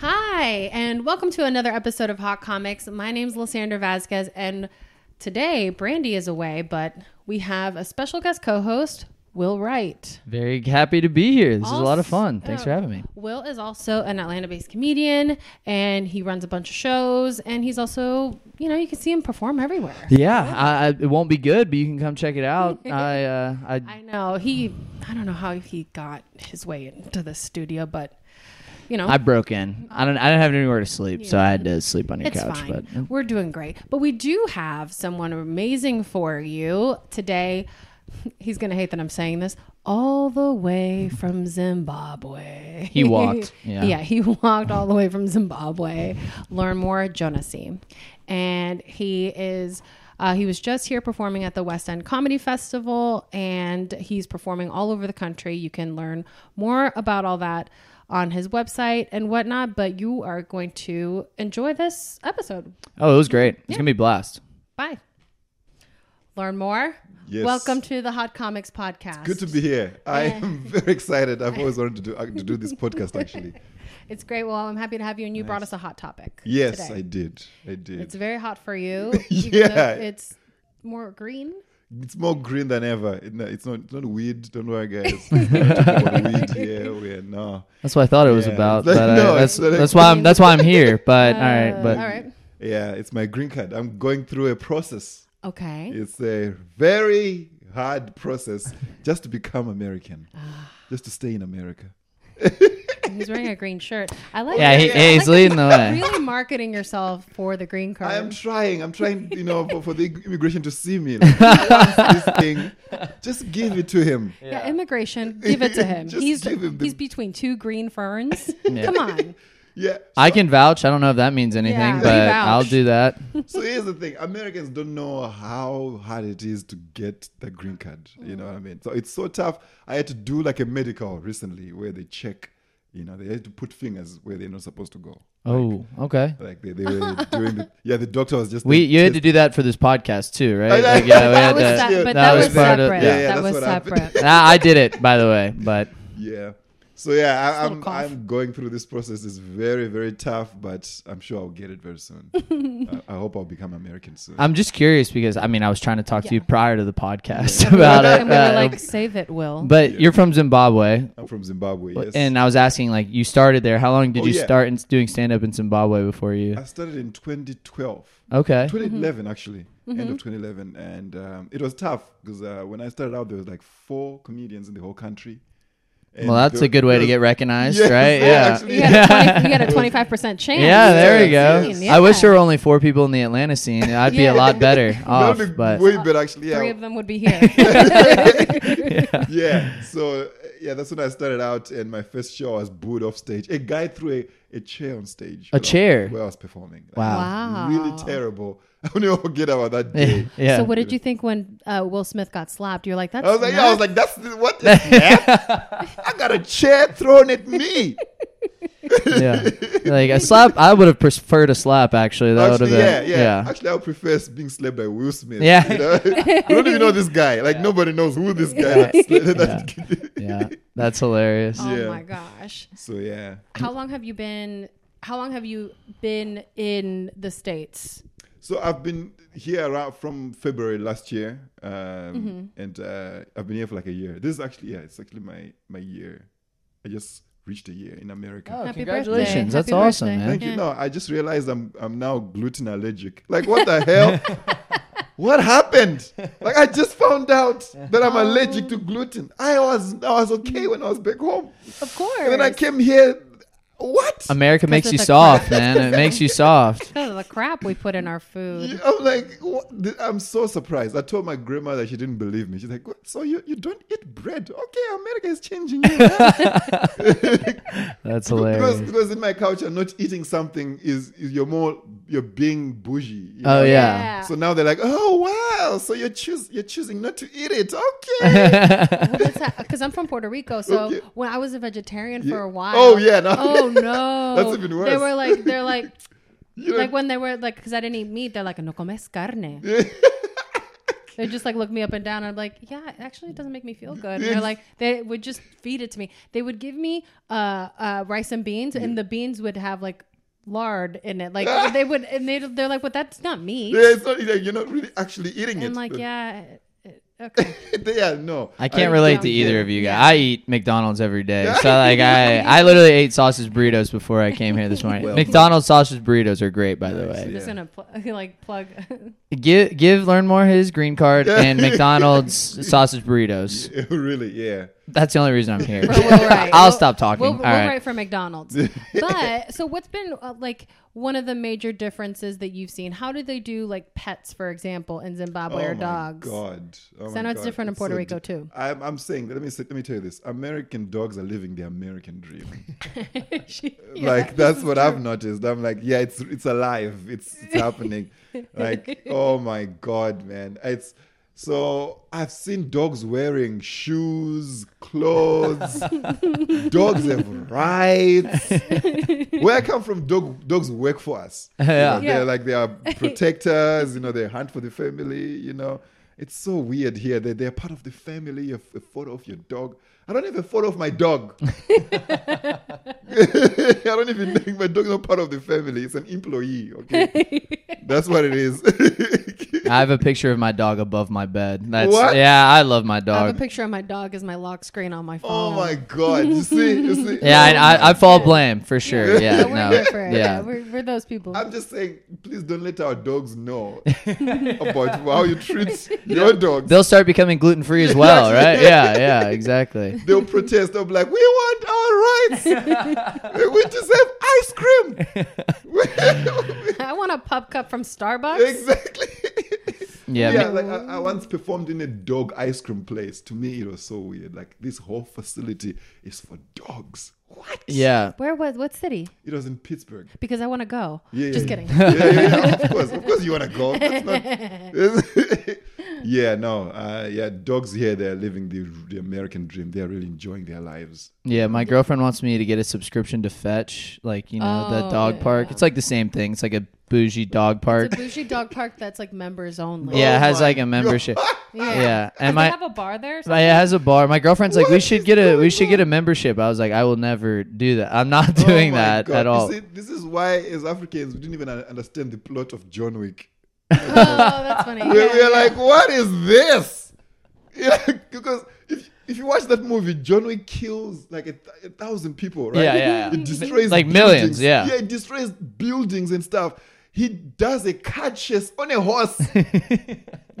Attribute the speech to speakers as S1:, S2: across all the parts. S1: Hey, and welcome to another episode of Hot Comics. My name's Lysandra Vasquez, and today Brandy is away, but we have a special guest co-host, Will Wright.
S2: Very happy to be here. This is a lot of
S1: Also-
S2: fun. Thanks for having me.
S1: Will is also an Atlanta-based comedian, and he runs a bunch of shows, and he's also, you know, you can see him perform everywhere.
S2: Yeah, I, I, it won't be good, but you can come check it out. I, uh, I,
S1: I know he. I don't know how he got his way into the studio, but you know,
S2: I broke in. I don't. I didn't have anywhere to sleep, so I had to sleep on your
S1: It's
S2: couch.
S1: fine.
S2: But mm.
S1: We're doing great. But we do have someone amazing for you today. He's going to hate that I'm saying this. All the way from Zimbabwe.
S2: He walked, yeah.
S1: he walked all the way from Zimbabwe. Learn more, Jonasy. And he is. Uh, he was just here performing at the West End Comedy Festival, and he's performing all over the country. You can learn more about all that on his website and whatnot, but you are going to enjoy this episode.
S2: oh, it was great. It's gonna be a blast.
S1: Bye. Learn more.
S3: Yes.
S1: Welcome to the Hot Comics Podcast.
S3: Good to be here. I am very excited. I've always wanted to do uh, to do this podcast actually.
S1: It's great. Well, I'm happy to have you, and you brought us a hot topic.
S3: Yes,
S1: today.
S3: I did. I did.
S1: It's
S3: It's,
S1: very hot for you.
S3: Yeah.
S1: Even though it's more green.
S3: more green than ever. It- no, It's not it's not weed. Don't worry, guys. We're not talking about weed here. We are no.
S2: That's what I thought it was
S3: Yeah.
S2: about.
S3: Like,
S2: but I-
S3: no,
S2: that's
S3: it's like-
S2: that's why I'm that's why I'm here.
S1: Uh,
S2: But all right,
S3: Uh,
S2: but
S1: All right.
S3: Yeah, it's my green card. I'm going through a process.
S1: Okay.
S3: It's a very hard process just to become American.
S1: Ah.
S3: just to stay in America.
S1: He's wearing a green shirt. I like
S2: yeah,
S1: it.
S2: he, he's leading the way.
S1: Really marketing yourself for the green card.
S3: I am trying. I'm trying, you know, for, for the immigration to see me. Like, he wants this thing. Just give it to him.
S1: Yeah, immigration. Give it to him.
S3: Just
S1: he's
S3: give him the-
S1: he's between two green ferns. Come on.
S3: Yeah.
S2: I can vouch. I don't know if that means anything,
S1: Yeah, you
S2: but
S1: vouch.
S2: I'll do that.
S3: So here's the thing: Americans don't know how hard it is to get the green card. You know what I mean? So it's so tough. I had to do like a medical recently, where they check. You know, they had to put fingers where they're not supposed to go.
S2: Oh, okay.
S3: Like they, they were doing. The, yeah, the doctor was just.
S2: We you had to
S3: just-
S2: do that for this podcast too, right?
S3: I know.
S2: Like, Oh, yeah,
S1: That
S2: we had
S1: was
S2: to-
S1: se- but that,
S2: that
S1: was,
S2: was part of-
S1: separate.
S2: yeah.
S3: Yeah,
S1: that
S3: that's
S1: was
S3: what happened.
S1: separate.
S2: Nah, I did it by the way, but
S3: Yeah. So yeah, I,
S1: little
S3: I'm
S1: cough.
S3: I'm going through this process. It's very very tough, but I'm sure I'll get it very soon. I, I hope I'll become American soon.
S2: I'm just curious because I mean I was trying to talk to you
S1: Yeah.
S2: prior to the podcast about it,
S1: and we were
S2: uh,
S1: like, save it, Will.
S2: but you're from Zimbabwe,
S3: I'm from Zimbabwe. Yes.
S2: and uh, I was asking like you started there. How long did
S3: Oh,
S2: you
S3: yeah.
S2: start in, doing stand up in Zimbabwe before
S3: I
S2: you?
S3: started in 2012.
S2: Okay,
S1: Mm-hmm.
S3: 2011 actually end of 2011 and um, it was tough because uh, when i started out there was like four comedians in the whole country And
S2: well that's
S3: the-
S2: a good way to
S3: those-
S2: get recognized,
S3: Yes,
S2: right?
S3: yeah,
S2: Yeah.
S3: actually.
S1: you got a 20 you got a twenty-five percent chance.
S2: Yeah, there you
S3: Yes,
S2: go.
S3: yes.
S2: I wish there were only four people in the Atlanta scene. I'd be
S1: Yeah.
S2: a lot better
S3: that
S2: off.
S3: would be
S2: But
S3: way better actually
S1: Three
S3: yeah
S1: of them would be here.
S3: yeah so uh, yeah that's when i started out and my first show I was booed off stage a guy threw a, a chair on stage
S2: A
S3: while I-
S2: chair?
S3: where i was performing Like,
S1: Wow.
S3: it was
S1: Wow.
S3: really terrible i'll never forget about that day
S2: yeah,
S1: So, what did you think when uh, Will Smith got slapped? You're like, that's.
S3: I was like,
S1: nuts.
S3: yeah, I was like, that's what is that? I got a chair thrown at me.
S2: yeah. Like a slap, I would have preferred a slap. Actually, that would have
S3: Actually,
S2: been
S3: yeah, yeah, Actually, I would prefer being slapped by Will Smith.
S2: Yeah.
S3: you know? I don't even know this guy. Like nobody knows who this guy is.
S2: yeah. That's hilarious.
S1: oh
S3: yeah.
S1: my gosh.
S3: So yeah,
S1: How long have you been? How long have you been in the states?
S3: so I've been here around from February last year, um, and uh, I've been here for like a year. This is actually yeah, it's actually my my year. I just reached a year in America.
S2: Oh,
S1: Happy
S2: congratulations.
S1: birthday.
S2: That's
S1: Happy
S2: awesome,
S1: birthday.
S2: man.
S3: Thank you. No, I just realized I'm I'm now gluten allergic. Like what the hell? what happened? Like I just found out that I'm allergic
S2: Oh.
S3: to gluten. I was I was okay when I was back home.
S1: Of course.
S3: And then I came here. What? I'm,
S2: America makes
S1: it's
S2: you
S1: a
S2: soft, man. It makes you soft.
S1: because of the crap we put in our food.
S3: like, what? Th- I'm so surprised. I told my grandmother she didn't believe me. She's like, what? so you, you don't eat bread? Okay, America is changing you.
S2: That's
S3: because
S2: hilarious.
S3: because in my culture, not eating something is, is you're more you're being bougie. you
S2: Oh
S3: know?
S2: yeah.
S3: So now they're like, oh wow, so you're choose you're choosing not to eat it. Okay.
S1: Because I'm from Puerto Rico, so
S3: Okay.
S1: when I was a vegetarian for
S3: Yeah.
S1: a while.
S3: Oh, yeah, no.
S1: Oh no.
S3: That's even
S1: They
S3: worse.
S1: were like, they're like,
S3: You
S1: like
S3: don't-
S1: when they were like, because I didn't eat meat, they're like, no comes carne. They just like look me up and down. I'm like, yeah, it actually doesn't make me feel good. And they're like, they would just feed it to me. They would give me uh, uh, rice and beans, and the beans would have like lard in it. Like they would, and they they're like, "But that's not meat."
S3: Yeah, it's not, you're not really actually eating it.
S1: And like,
S3: but-
S1: yeah, it- okay.
S3: yeah, no.
S2: I can't relate to either of you guys. I eat McDonald's every day. So like I, I literally ate sausage burritos before I came here this morning.
S3: Well,
S2: McDonald's sausage burritos are great by the
S3: Nice,
S2: way.
S1: I'm just
S3: Yeah.
S1: gonna pl- like plug.
S2: Give give learn more his green card and McDonald's sausage burritos.
S3: really, yeah.
S2: That's the only reason I'm here.
S1: We'll- we'll write.
S2: I'll
S1: We'll-
S2: stop talking.
S1: We'll,
S2: All
S1: we'll
S2: right.
S1: write for McDonald's. But so, what's been uh, like one of the major differences that you've seen? How do they do like pets, for example, in
S2: Oh
S1: Zimbabwe or
S3: Oh, my
S1: dogs?
S3: God. Oh
S1: So
S3: my
S1: I know it's
S3: God.
S1: different in Puerto
S3: so
S1: Rico,
S3: di-
S1: too.
S3: I'm, I'm saying, let me say, let me tell you this: American dogs are living the American dream.
S1: She-
S3: like that's what I've noticed. I'm like, yeah, it's it's alive. It's it's happening. like, oh my god, man, it's. So I've seen dogs wearing shoes, clothes. dogs have rights. Where I come from, dog, dogs work for us. You know,
S2: Yeah.
S1: Yeah.
S3: They're like they are protectors. You know, they hunt for the family. You know, it's so weird here. They they're part of the family. You have a photo of your dog. I don't have a photo of my dog. I don't even think my dog's not part of the family. It's an employee. Okay, that's what it is.
S2: I have a picture of my dog above my bed. That's
S3: What?
S2: yeah, I love my
S1: I have a
S2: dog.
S1: picture of my dog as my lock screen on my
S3: oh
S1: phone.
S3: my god! You see, you see.
S2: Yeah, and
S3: Oh
S2: I,
S3: my
S2: I fall blame for sure. Yeah,
S1: So we're
S2: no,
S1: different. Yeah,
S2: yeah.
S1: we're, we're those people.
S3: I'm just saying, please don't let our dogs know about how you treat your dogs.
S2: They'll start becoming gluten free as well, right? Yeah, yeah, exactly.
S3: They'll protest. They'll be like, "We want our rights. we deserve ice cream."
S1: I want a pup cup from Starbucks.
S3: exactly.
S2: Yeah,
S3: yeah, like I, I once performed in a dog ice cream place. To me, it was so weird. Like this whole facility is for dogs. What?
S2: yeah.
S1: Where was what city?
S3: It was in Pittsburgh.
S1: Because I want to go.
S3: Yeah,
S1: Just
S3: yeah,
S1: kidding.
S3: Yeah, yeah, yeah. Of course, of course, you wanna go. That's not- yeah, no, uh, yeah. Dogs here, they're living the the American dream. They're really enjoying their lives.
S2: Yeah, my girlfriend wants me to get a subscription to Fetch, like you know the
S1: Oh,
S2: dog
S1: yeah,
S2: park.
S1: yeah.
S2: It's like the same thing. It's like a bougie dog park.
S1: It's a bougie dog park that's like members only.
S2: yeah,
S3: Oh
S2: it has
S3: my
S2: like a membership.
S1: Yeah.
S2: yeah,
S1: Do
S2: and
S1: they
S2: my
S1: have a bar there?
S2: my- it has a bar. My girlfriend's like, we
S3: What
S2: should
S3: is
S2: get a we
S3: going
S2: should get a membership. I was like, I will never do that. I'm not doing
S3: Oh my
S2: that
S3: God.
S2: at all.
S3: You see, this is why, as Africans, we didn't even un- understand the plot of John Wick.
S1: oh, that's funny.
S3: We-
S1: Yeah,
S3: we're
S1: yeah.
S3: like, what is this? Yeah, because if, if you watch that movie, John Wick kills like a, th- a thousand people, right?
S2: Yeah, yeah, yeah.
S3: It destroys
S2: Like millions,
S3: buildings.
S2: yeah.
S3: Yeah, it destroys buildings and stuff. He does a car chase on a horse.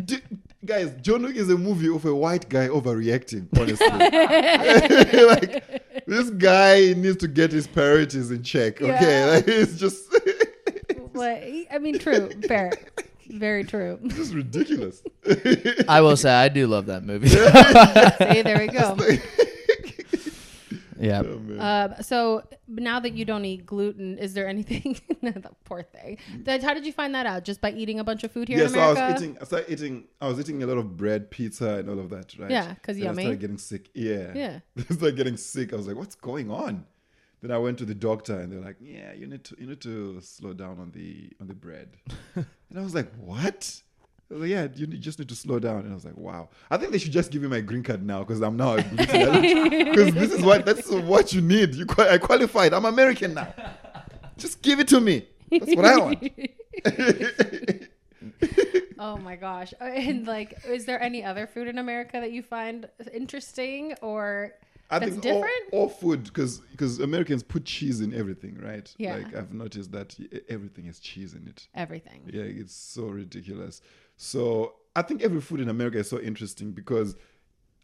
S3: D- guys, John Wick is a movie of a white guy overreacting, honestly. like, this guy needs to get his priorities in check, okay?
S1: Yeah.
S3: Like, it's just,
S1: What? I mean, true. Fair. Very true.
S3: it's ridiculous.
S2: I will say, I do love that movie.
S1: See, there we go.
S2: yeah.
S3: Oh, man.
S1: Uh, so now that you don't eat gluten, is there anything? the poor thing. That, how did you find that out? Just by eating a bunch of food here
S3: yeah,
S1: in
S3: so I
S1: America?
S3: was eating. I started eating. I was eating a lot of bread, pizza, and all of that, right?
S1: Yeah, 'cause
S3: Then
S1: yummy.
S3: I started getting sick. Yeah,
S1: Yeah.
S3: I started getting sick. I was like, "What's going on?" Then I went to the doctor, and they're like, "Yeah, you need to you need to slow down on the on the bread." and I was like, "What?" I was like, yeah, you need- just need to slow down. And I was like, "Wow, I think they should just give me my green card now because I'm now because this is what that's what you need. You qua- I qualified. I'm American now. Just give it to me. That's what I want."
S1: Oh my gosh. And like, is there any other food in America that you find interesting or
S3: I
S1: that's
S3: think all,
S1: different?
S3: all food because because Americans put cheese in everything, right?
S1: Yeah.
S3: Like I've noticed that e- everything has cheese in it.
S1: Everything.
S3: Yeah, it's so ridiculous. So I think every food in America is so interesting because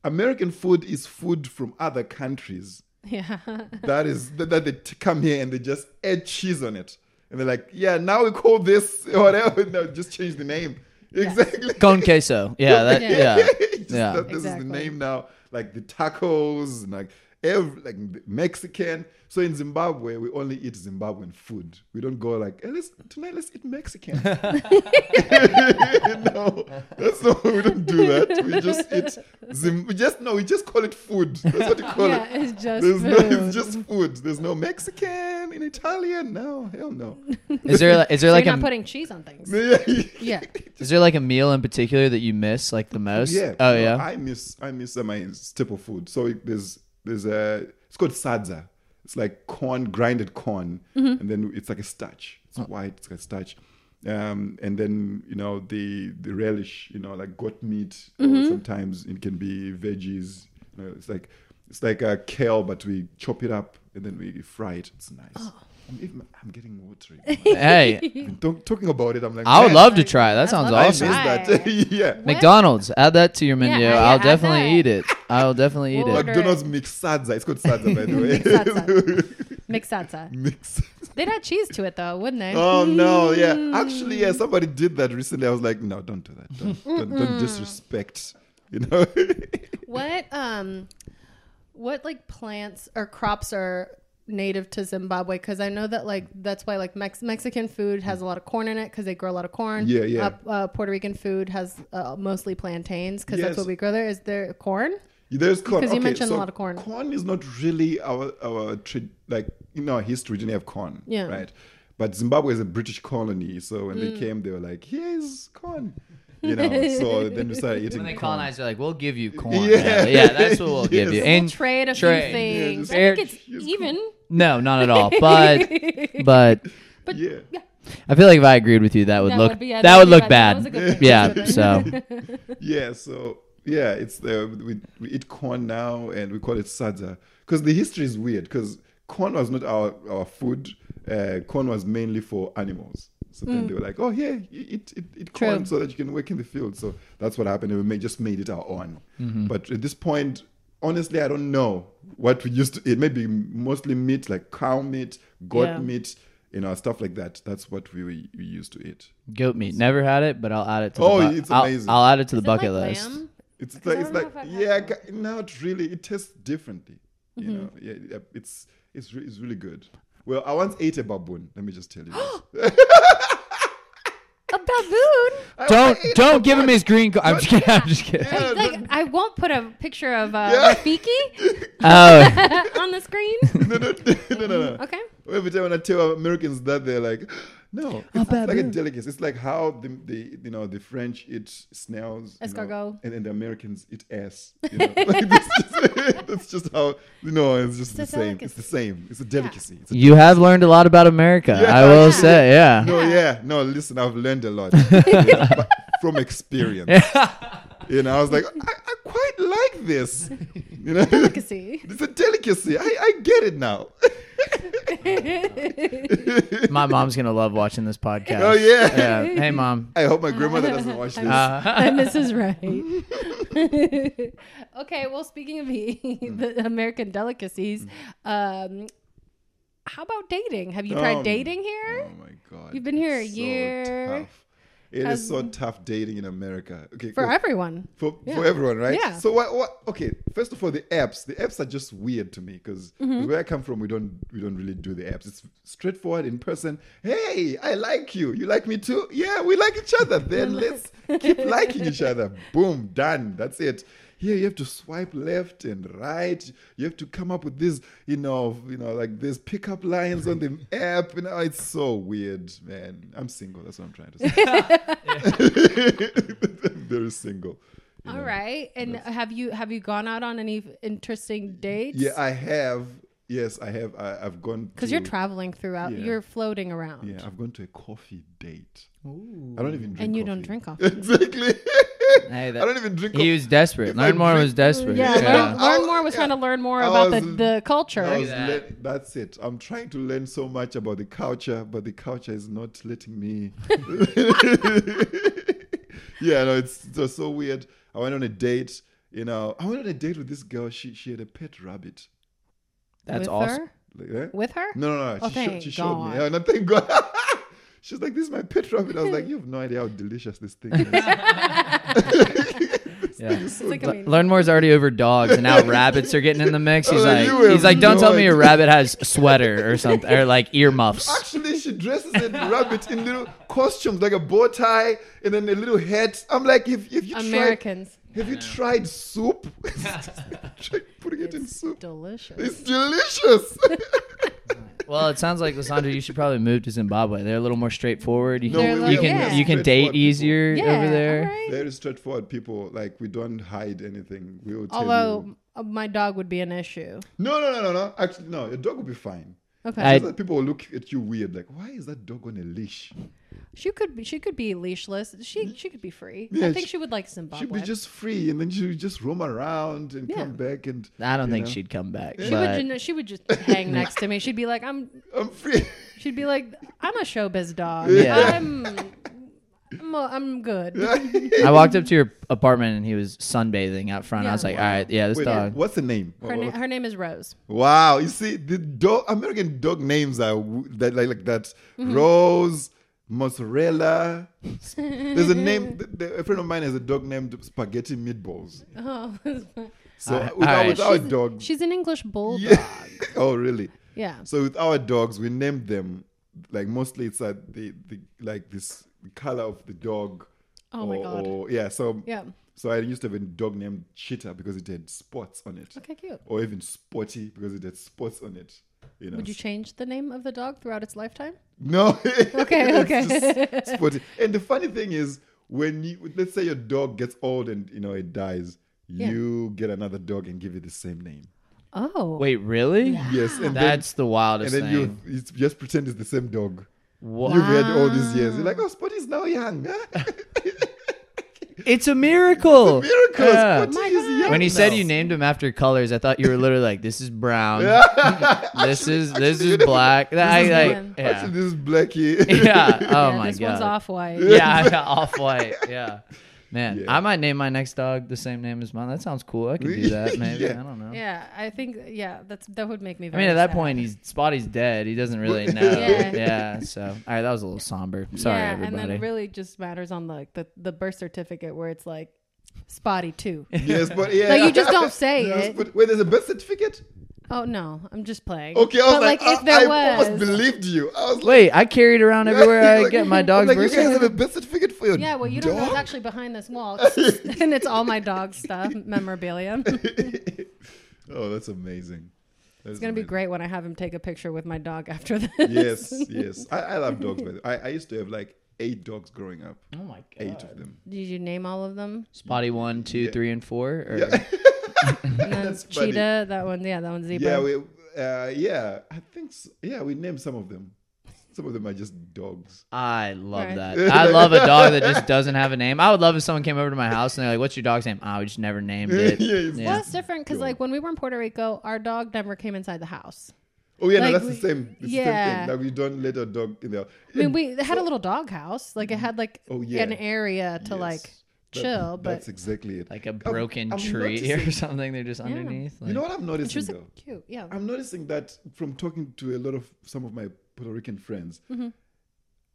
S3: American food is food from other countries
S1: Yeah.
S3: that is that, that they t- come here and they just add cheese on it and they're like, yeah, now we call this or whatever. No, just change the name. Exactly.
S2: Con queso. Yeah, that, yeah.
S3: Just
S2: Yeah.
S3: that this
S1: Exactly.
S3: is the name now. Like the tacos, and like every like the Mexican. So in Zimbabwe, we only eat Zimbabwean food. We don't go like, hey, let's tonight let's eat Mexican. no, that's not. We don't do that. We just eat. Zim, we just no. We just call it food. That's what you call
S1: yeah,
S3: it.
S1: it's just
S3: There's no,
S1: food.
S3: it's just food. There's no Mexican in Italian. No, hell no.
S2: Is there is there
S1: So
S2: like
S1: you're
S2: a
S1: not putting cheese on things. Yeah.
S2: is there like a meal in particular that you miss like the most?
S3: Yeah.
S2: Oh
S3: No,
S2: yeah.
S3: I miss I miss uh, my staple food. So it, there's there's a it's called sadza. It's like corn, grinded corn,
S2: Mm-hmm.
S3: and then it's like a starch.
S2: Oh.
S3: It's white, it's like a starch. Um, and then you know the the relish, you know, like goat meat. Or
S2: Mm-hmm.
S3: sometimes it can be veggies. You know, it's like it's like a kale, but we chop it up and then we fry it. It's nice.
S2: Oh.
S3: I'm, even, I'm getting watery.
S2: hey,
S3: I'm talk- talking about it, I'm like,
S2: I would
S3: "Man,
S2: love to try. it. That sounds
S3: I
S1: that's
S3: missed
S2: awesome.
S1: awesome.
S3: that. yeah.
S2: McDonald's, add that to your menu.
S1: yeah,
S2: I'll
S1: add
S2: definitely
S1: that.
S2: eat it. I'll definitely eat
S1: We'll
S2: it.
S1: order-
S3: McDonald's mixadza. It's called sadza, by the
S1: Mixadza.
S3: way.
S1: Mixata.
S3: Mix.
S1: They'd add cheese to it though, wouldn't they?
S3: Oh no! Yeah, actually, yeah. Somebody did that recently. I was like, no, don't do that. Don't, don't, don't disrespect. You know.
S1: What um, what like plants or crops are native to Zimbabwe? Because I know that like that's why like Mex- Mexican food has a lot of corn in it because they grow a lot of corn.
S3: Yeah, yeah.
S1: Uh, uh, Puerto Rican food has uh, mostly plantains because
S3: Yes.
S1: that's what we grow there. Is there corn?
S3: There's corn.
S1: Because you
S3: Okay,
S1: mentioned a
S3: so
S1: lot of corn.
S3: Corn is not really our our tra- like you know history. We didn't have corn.
S1: Yeah. Mm.
S3: Right. But Zimbabwe is a British colony, so when they came, they were like, here's corn. You know. so then we started eating.
S2: When they
S3: corn.
S2: colonize, they're like, we'll give you corn.
S3: Yeah.
S2: Yeah, yeah that's what we'll give you.
S3: Yes.
S2: And
S1: Trade a few
S2: trade.
S1: things.
S2: Yeah,
S1: I think
S2: just-
S1: it's even.
S2: no, not at all. But but
S1: But
S3: Yeah.
S2: I feel like if I agreed with you, that would
S1: That
S2: look
S1: would be- yeah,
S2: that
S1: that'd
S2: would
S1: be
S2: look
S1: bad. That
S2: bad.
S1: was a good thing. That
S2: yeah.
S1: was
S2: So
S3: yeah so yeah it's the we, we eat corn now and we call it sadza because the history is weird because corn was not our our food uh, corn was mainly for animals so then they were like oh yeah e- eat, eat,
S1: Mm.
S3: eat
S1: True.
S3: corn so that you can work in the field so that's what happened and we made, just made it our own but at this point honestly i don't know what we used to eat maybe mostly meat like cow meat goat
S1: Yeah.
S3: meat you know stuff like that that's what we, we used to eat
S2: goat meat, never had it, but I'll add it to.
S3: Oh,
S2: the bu-
S3: it's
S2: I'll-
S3: amazing.
S2: I'll, add it to the
S1: Is it
S2: bucket
S1: like
S2: list.
S1: lamb?
S3: It's
S1: I
S3: like it's
S1: don't know
S3: like
S1: if I've had
S3: yeah,
S1: that Mm-hmm.
S3: ca- not really. It tastes differently, you know. Yeah, yeah, it's it's re- it's really good. Well, I once ate a baboon. Let me just tell you. this.
S1: A baboon.
S3: I
S2: Don't
S3: once ate a
S2: don't give him
S3: baboon.
S2: his green. Co- I'm just kidding. I'm just kidding.
S3: Yeah,
S1: Like I won't put a picture of uh,
S3: Yeah.
S1: Rafiki
S2: Oh,
S1: on the screen.
S3: no, no, no, no, no.
S1: Okay.
S3: Every time when I tell Americans that, they're like, "No, it's, it's like a
S2: baboon.
S3: delicacy." It's like how the, the you know the French eat snails, you know,
S1: Escargot.
S3: and then the Americans eat ass. You know? like, that's, just, that's just how you know. It's just
S1: It's a
S3: the same. It's the
S1: delicacy.
S3: same. It's a delicacy. It's a
S2: you have learned a lot about America.
S3: Yeah,
S2: I will
S3: yeah.
S2: say, yeah.
S3: No, yeah, no. Listen, I've learned a lot Yeah, but from experience. You know, I was like, I, I quite like this. You know,
S1: Delicacy.
S3: it's a delicacy. I, I get it now.
S2: My mom's gonna love watching this podcast.
S3: Oh yeah.
S2: Yeah. Hey, mom.
S3: I hope my grandmother doesn't watch this.
S2: Uh,
S1: And this is right. okay, well, speaking of the,
S3: Mm.
S1: the American delicacies, um, how about dating? Have you tried
S3: Um,
S1: dating here?
S3: oh my god,
S1: You've been here a
S3: it's so
S1: year. Um,
S3: tough. It is so tough dating in America. Okay,
S1: For
S3: go-
S1: everyone.
S3: for,
S1: Yeah.
S3: for everyone, right?
S1: Yeah.
S3: So what, what? Okay, first of all, the apps. The apps are just weird to me because
S1: Mm-hmm.
S3: where I come from, we don't we don't really do the apps. It's straightforward in person. Hey, I like you. You like me too. Yeah, we like each other. Then let's keep liking each other. Boom, done. That's it. Here you have to swipe left and right. You have to come up with these, you know, you know, like these pickup lines on the app. You know, it's so weird, man. I'm single. That's what I'm trying to say. Very single. you
S1: All
S3: know.
S1: right. And have you have you gone out on any interesting dates?
S3: Yeah, I have. Yes, I have. I, I've gone
S1: Because
S3: to-
S1: you're traveling throughout.
S3: Yeah.
S1: You're floating around.
S3: Yeah, I've gone to a coffee date. I don't even drink.
S1: And you don't
S3: coffee.
S1: drink coffee.
S3: exactly.
S2: hey,
S3: I don't even drink.
S2: He
S3: coffee.
S2: was desperate.
S3: I
S2: Learn more
S3: drink-
S2: was desperate.
S1: Yeah,
S3: Yeah.
S1: Learn, Learn
S3: I-
S1: More was
S3: yeah.
S1: trying to learn more
S3: I
S1: about the,
S3: was-
S1: the culture.
S3: I was
S2: that.
S3: lear- that's it. I'm trying to learn so much about the culture, but the culture is not letting me. yeah, no, it's just so weird. I went on a date. You know, I went on a date with this girl. She she had a pet rabbit.
S2: That's
S1: With
S2: awesome.
S1: her?
S3: Like, eh?
S1: With her?
S3: No, no, no.
S1: Oh,
S3: she showed,
S1: thank
S3: she showed me.
S1: God.
S3: Yeah, no, thank God. She's like, this is my pet rabbit. I was like, you have no idea how delicious this thing is.
S2: Yeah.
S1: It's like, I
S2: Le-
S1: mean,
S2: Learn more's already over dogs, and now rabbits are getting in the mix. He's
S3: Oh,
S2: like,
S3: you have
S2: he's like, don't
S3: no
S2: tell me your
S3: idea."
S2: rabbit has a sweater or something, or like earmuffs.
S3: Actually, she dresses a rabbit in little costumes, like a bow tie and then a little hat. I'm like, if, if you
S1: Americans.
S3: tried, have you tried soup? Try putting it in soup.
S1: Delicious.
S3: It's delicious.
S2: Well, it sounds like Lissandra, you should probably move to Zimbabwe. They're a little more straightforward. You
S3: No,
S2: can,
S1: we-
S2: you,
S1: we-
S2: can
S1: yeah.
S2: you can date
S3: straightforward people.
S2: easier
S1: yeah,
S2: over there.
S1: all right.
S3: Very straightforward people. Like we don't hide anything. We will tell you.
S1: Although uh, my dog would be an issue.
S3: No, no, no, no, no. Actually, no. Your dog will be fine.
S1: Okay,
S2: I-
S3: Just that people will look at you weird, like, why is that dog on a leash?
S1: she could be she could be leashless. She she could be free. I
S3: Yeah,
S1: think
S3: she-
S1: she would like Zimbabwe.
S3: She'll be just free, and then she'll just roam around and come back, and
S2: I don't
S3: you
S2: think
S3: know,
S2: she'd come back.
S1: she would
S2: but-
S1: ju- she would just hang next to me. She'd be like, I'm
S3: I'm free.
S1: She'd be like, "I'm a showbiz dog.
S2: Yeah.
S1: I'm, I'm, a, I'm good."
S2: I walked up to your apartment and he was sunbathing out front. I
S1: Yeah.
S2: was like, all right, yeah, this
S3: Wait,
S2: dog.
S3: what's the name?
S1: Her, na- her name is Rose.
S3: Wow, you see, the dog American dog names are w- that like like that.
S2: Mm-hmm.
S3: Rose, mozzarella. sp- There's a name. th- th- A friend of mine has a dog named Spaghetti Meatballs.
S1: Oh,
S3: So
S2: All right,
S3: with,
S2: all
S3: our,
S2: right.
S3: with our dog,
S1: she's an English bulldog. Yeah.
S3: yeah. oh really? So with our dogs, we named them like mostly it's uh, the the like this color of the dog.
S1: Oh my
S3: or-
S1: God.
S3: Or, yeah. So
S1: Yeah.
S3: So I used to have a dog named Cheetah because it had spots on it.
S1: Okay, cute.
S3: Or even Spotty because it had spots on it. You know.
S1: Would you change the name of the dog throughout its lifetime?
S3: No.
S1: Okay,
S3: It's
S1: okay.
S3: just sporty. And the funny thing is, when you let's say your dog gets old and you know it dies,
S1: Yeah.
S3: you get another dog and give it the same name.
S1: Oh,
S2: Wait, really?
S3: Yes, and then
S2: Ah, That's the
S3: and
S2: wildest
S3: then you,
S2: thing.
S3: you just pretend it's the same dog
S2: Wha-
S3: you've had all these years. You're
S2: Ah.
S3: like, oh, Spotty's now young.
S2: It's a miracle.
S3: Miracle,
S2: Yeah.
S3: Spotty is young.
S2: When he said
S3: now.
S2: you named him after colors, I thought you were literally like, "This is brown. this is this
S3: actually, you
S2: is
S3: know,
S2: black." I,
S1: is
S2: like,
S1: brown.
S2: yeah.
S3: actually this is Blackie.
S2: yeah. Oh
S1: yeah,
S2: my
S1: this
S2: god.
S1: one's off white.
S2: yeah, yeah, off white. Yeah. Man,
S3: Yeah.
S2: I might name my next dog the same name as mine. That sounds cool. I could do that. Maybe
S3: Yeah.
S2: I don't know.
S1: Yeah, I think yeah, that's that would make me.
S2: I
S1: Very
S2: mean, at that
S1: sad.
S2: point, he's Spotty's dead. He doesn't really know.
S1: Yeah.
S2: yeah. So, all right, that was a little somber. Sorry,
S1: yeah,
S2: everybody.
S1: and then it really just matters on like the, the birth certificate where it's like spotty too.
S3: yes, but yeah.
S1: Like, you just don't say it.
S3: But wait, there's a birth certificate?
S1: Oh no, I'm just playing.
S3: Okay, I was
S1: but
S3: like,
S1: like,
S3: I-
S1: if there
S3: I
S1: was,
S3: almost believed you. I was like,
S2: Wait, I carry it around everywhere
S3: Yeah,
S2: I
S3: like-
S2: get my
S3: I'm
S2: dog's
S3: like,
S2: birth
S3: You guys have a
S2: certificate.
S3: birth certificate for your
S1: Yeah, well, you don't know
S3: dog?
S1: it's actually behind this wall, and it's all my dog stuff, memorabilia. It's
S3: oh, that's amazing. That's
S1: gonna be
S3: amazing.
S1: great when I have him take a picture with my dog after this.
S3: Yes, yes. I, I love dogs. By the I, I used to have like eight dogs growing up.
S2: Oh my
S3: Eight
S2: god.
S3: of them.
S1: Did you name all of them?
S2: Spotty one, two, three, and four. Or
S1: And then
S3: That's funny.
S1: cheetah, that one, yeah, that one zebra.
S3: Yeah, we. Uh, yeah, I think. So. Yeah, we named some of them. Some of them are just dogs.
S2: I love
S1: Right.
S2: that. I love a dog that just doesn't have a name. I would love if someone came over to my house and they're like, "What's your dog's name?" Oh, we just never named it.
S3: Yeah, it's-
S1: Well, it's different because like when we were in Puerto Rico, our dog never came inside the house.
S3: Oh yeah,
S1: Like
S3: no, that's
S1: we-
S3: the same. It's
S1: yeah.
S3: the same thing. Like we don't let our dog in there.
S1: I mean, we it had a little dog house, like it had like
S3: Oh, yeah.
S1: an area to like chill, but
S3: that's exactly it.
S2: Like a
S3: I'm-
S2: broken
S3: I'm
S2: tree
S3: noticing-
S2: or something. They're just underneath. Like,
S3: You know what I'm noticing
S1: she was
S3: though?
S1: like, cute, yeah.
S3: I'm noticing that from talking to a lot of some of my Puerto Rican friends,
S1: Mm-hmm.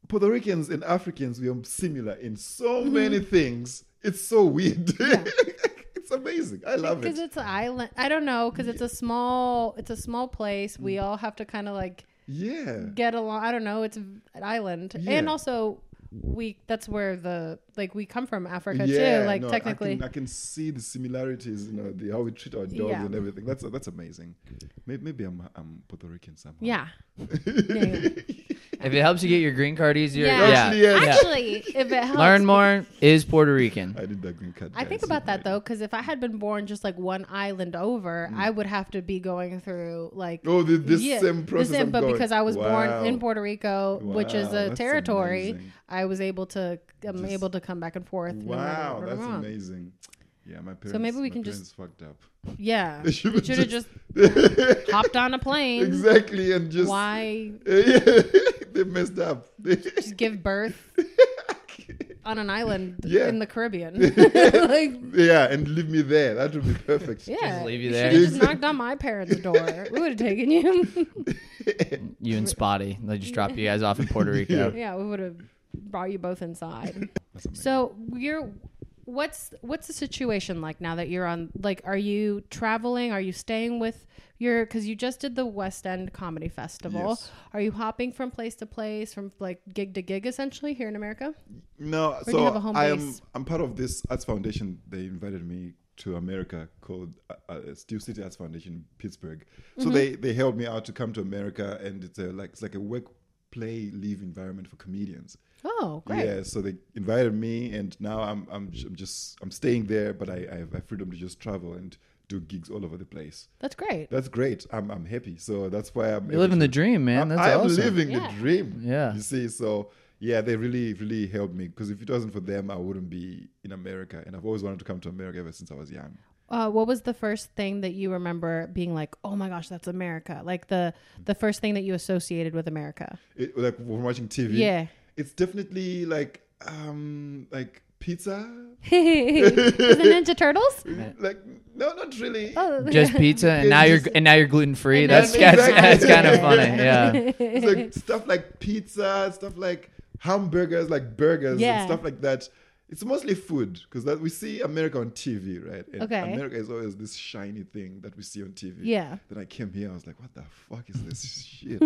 S3: Puerto Ricans and Africans, we are similar in so
S1: Mm-hmm.
S3: many things. It's so weird. it's amazing. I love
S1: Because
S3: it.
S1: it's an island. I don't know. Because it's a small, it's a small place. We all have to kind of like
S3: Mm. Yeah.
S1: get along. I don't know. It's an island,
S3: Yeah.
S1: and also we. That's where the like we come from Africa
S3: yeah,
S1: too. Like
S3: no, I can-
S1: technically,
S3: I can, see the similarities. You know, the, how we treat our dogs
S1: Yeah.
S3: and everything. That's that's amazing. Maybe, maybe I'm I'm Puerto Rican somehow.
S1: yeah.
S2: if it helps you get your green card easier,
S1: Yeah.
S2: yeah.
S3: Actually, yes.
S2: Yeah.
S1: Actually, if it helps,
S2: Learn more is Puerto Rican.
S3: I did that green card.
S1: I think
S3: guys.
S1: about that though, because if I had been born just like one island over,
S3: Mm.
S1: I would have to be going through like
S3: Oh, the, this same process. I'm
S1: but
S3: going,
S1: because I was
S3: wow.
S1: born in Puerto Rico, which is
S3: Wow,
S1: a
S3: that's
S1: territory,
S3: amazing.
S1: I was able to I'm
S3: Just-
S1: able to come back and forth. no matter
S3: Wow,
S1: right or
S3: that's
S1: wrong.
S3: amazing. Yeah, my parents.
S1: maybe we
S3: my
S1: can
S3: parents
S1: just-
S3: fucked up.
S1: Yeah,
S3: They
S1: you should have
S3: should've
S1: just, hopped on a plane.
S3: exactly, and just
S1: Why
S3: they messed up.
S1: just give birth on an island
S3: Yeah.
S1: in the Caribbean? like,
S3: yeah, and leave me there. That would be perfect.
S1: yeah,
S2: leave you
S1: you
S2: there.
S1: should have just knocked on my parents' door. We would have taken you.
S2: You and Spotty. They just drop you guys off in Puerto Rico.
S1: yeah, we would have brought you both inside. so you're what's what's the situation like now that you're on like are you traveling are you staying with your because you just did the west end comedy festival
S3: Yes.
S1: are you hopping from place to place from like gig to gig essentially here in america
S3: No,
S1: you
S3: so
S1: have a home
S3: I'm
S1: base?
S3: I'm part of this arts foundation. They invited me to America called uh, uh, Steel City Arts Foundation Pittsburgh. So
S1: Mm-hmm.
S3: they they helped me out to come to America, and it's a, like it's like a work play live environment for comedians.
S1: Oh, great.
S3: Yeah, so they invited me, and now I'm I'm, j- I'm just I'm staying there, but I, I have a freedom to just travel and do gigs all over the place.
S1: That's great.
S3: That's great. I'm I'm happy. So that's why I'm
S2: You're living the dream, man. That's
S3: I'm
S2: awesome.
S3: living
S1: Yeah.
S3: the dream.
S2: Yeah.
S3: You see, so yeah, they really, really helped me because if it wasn't for them, I wouldn't be in America. And I've always wanted to come to America ever since I was young.
S1: Uh, what was the first thing that you remember being like, "Oh my gosh, that's America"? Like the the first thing that you associated with America?
S3: It, like from watching TV.
S1: Yeah.
S3: It's definitely like um like pizza.
S1: Is it Ninja Turtles?
S3: Like no, not really.
S1: Oh.
S2: Just pizza, and now you're and now you're gluten free.
S1: And
S2: That's
S1: now-
S2: that's,
S1: Exactly.
S2: that's kind of funny. Yeah.
S3: it's like stuff like pizza, stuff like hamburgers, like burgers
S1: Yeah.
S3: and stuff like that. It's mostly food because that we see America on TV, right? And
S1: Okay.
S3: America is always this shiny thing that we see on TV.
S1: Yeah.
S3: Then I came here, I was like, what the fuck is this shit?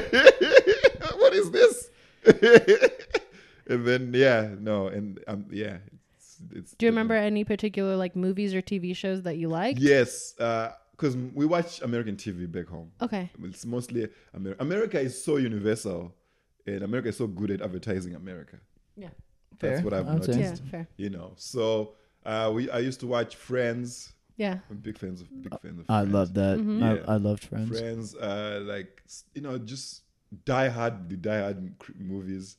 S3: what is this? and then yeah, no, and um, yeah, it's, it's
S1: Do you remember any particular like movies or TV shows that you liked?
S3: Yes, because we watch American TV back home.
S1: Okay.
S3: It's mostly Amer- America is so universal, and America is so good at advertising America.
S1: Yeah.
S2: Fair.
S3: That's what I've
S2: I'd say.
S3: noticed.
S1: Yeah. Fair.
S3: You know, so uh, we I used to watch Friends.
S1: Yeah.
S3: I'm big fans of big fans of.
S2: I
S3: Friends.
S2: love that.
S1: Mm-hmm.
S3: Mhm. Yeah.
S2: I, I loved Friends.
S3: Friends. Uh, like s- you know, just Die Hard, the Die Hard m- cr- movies.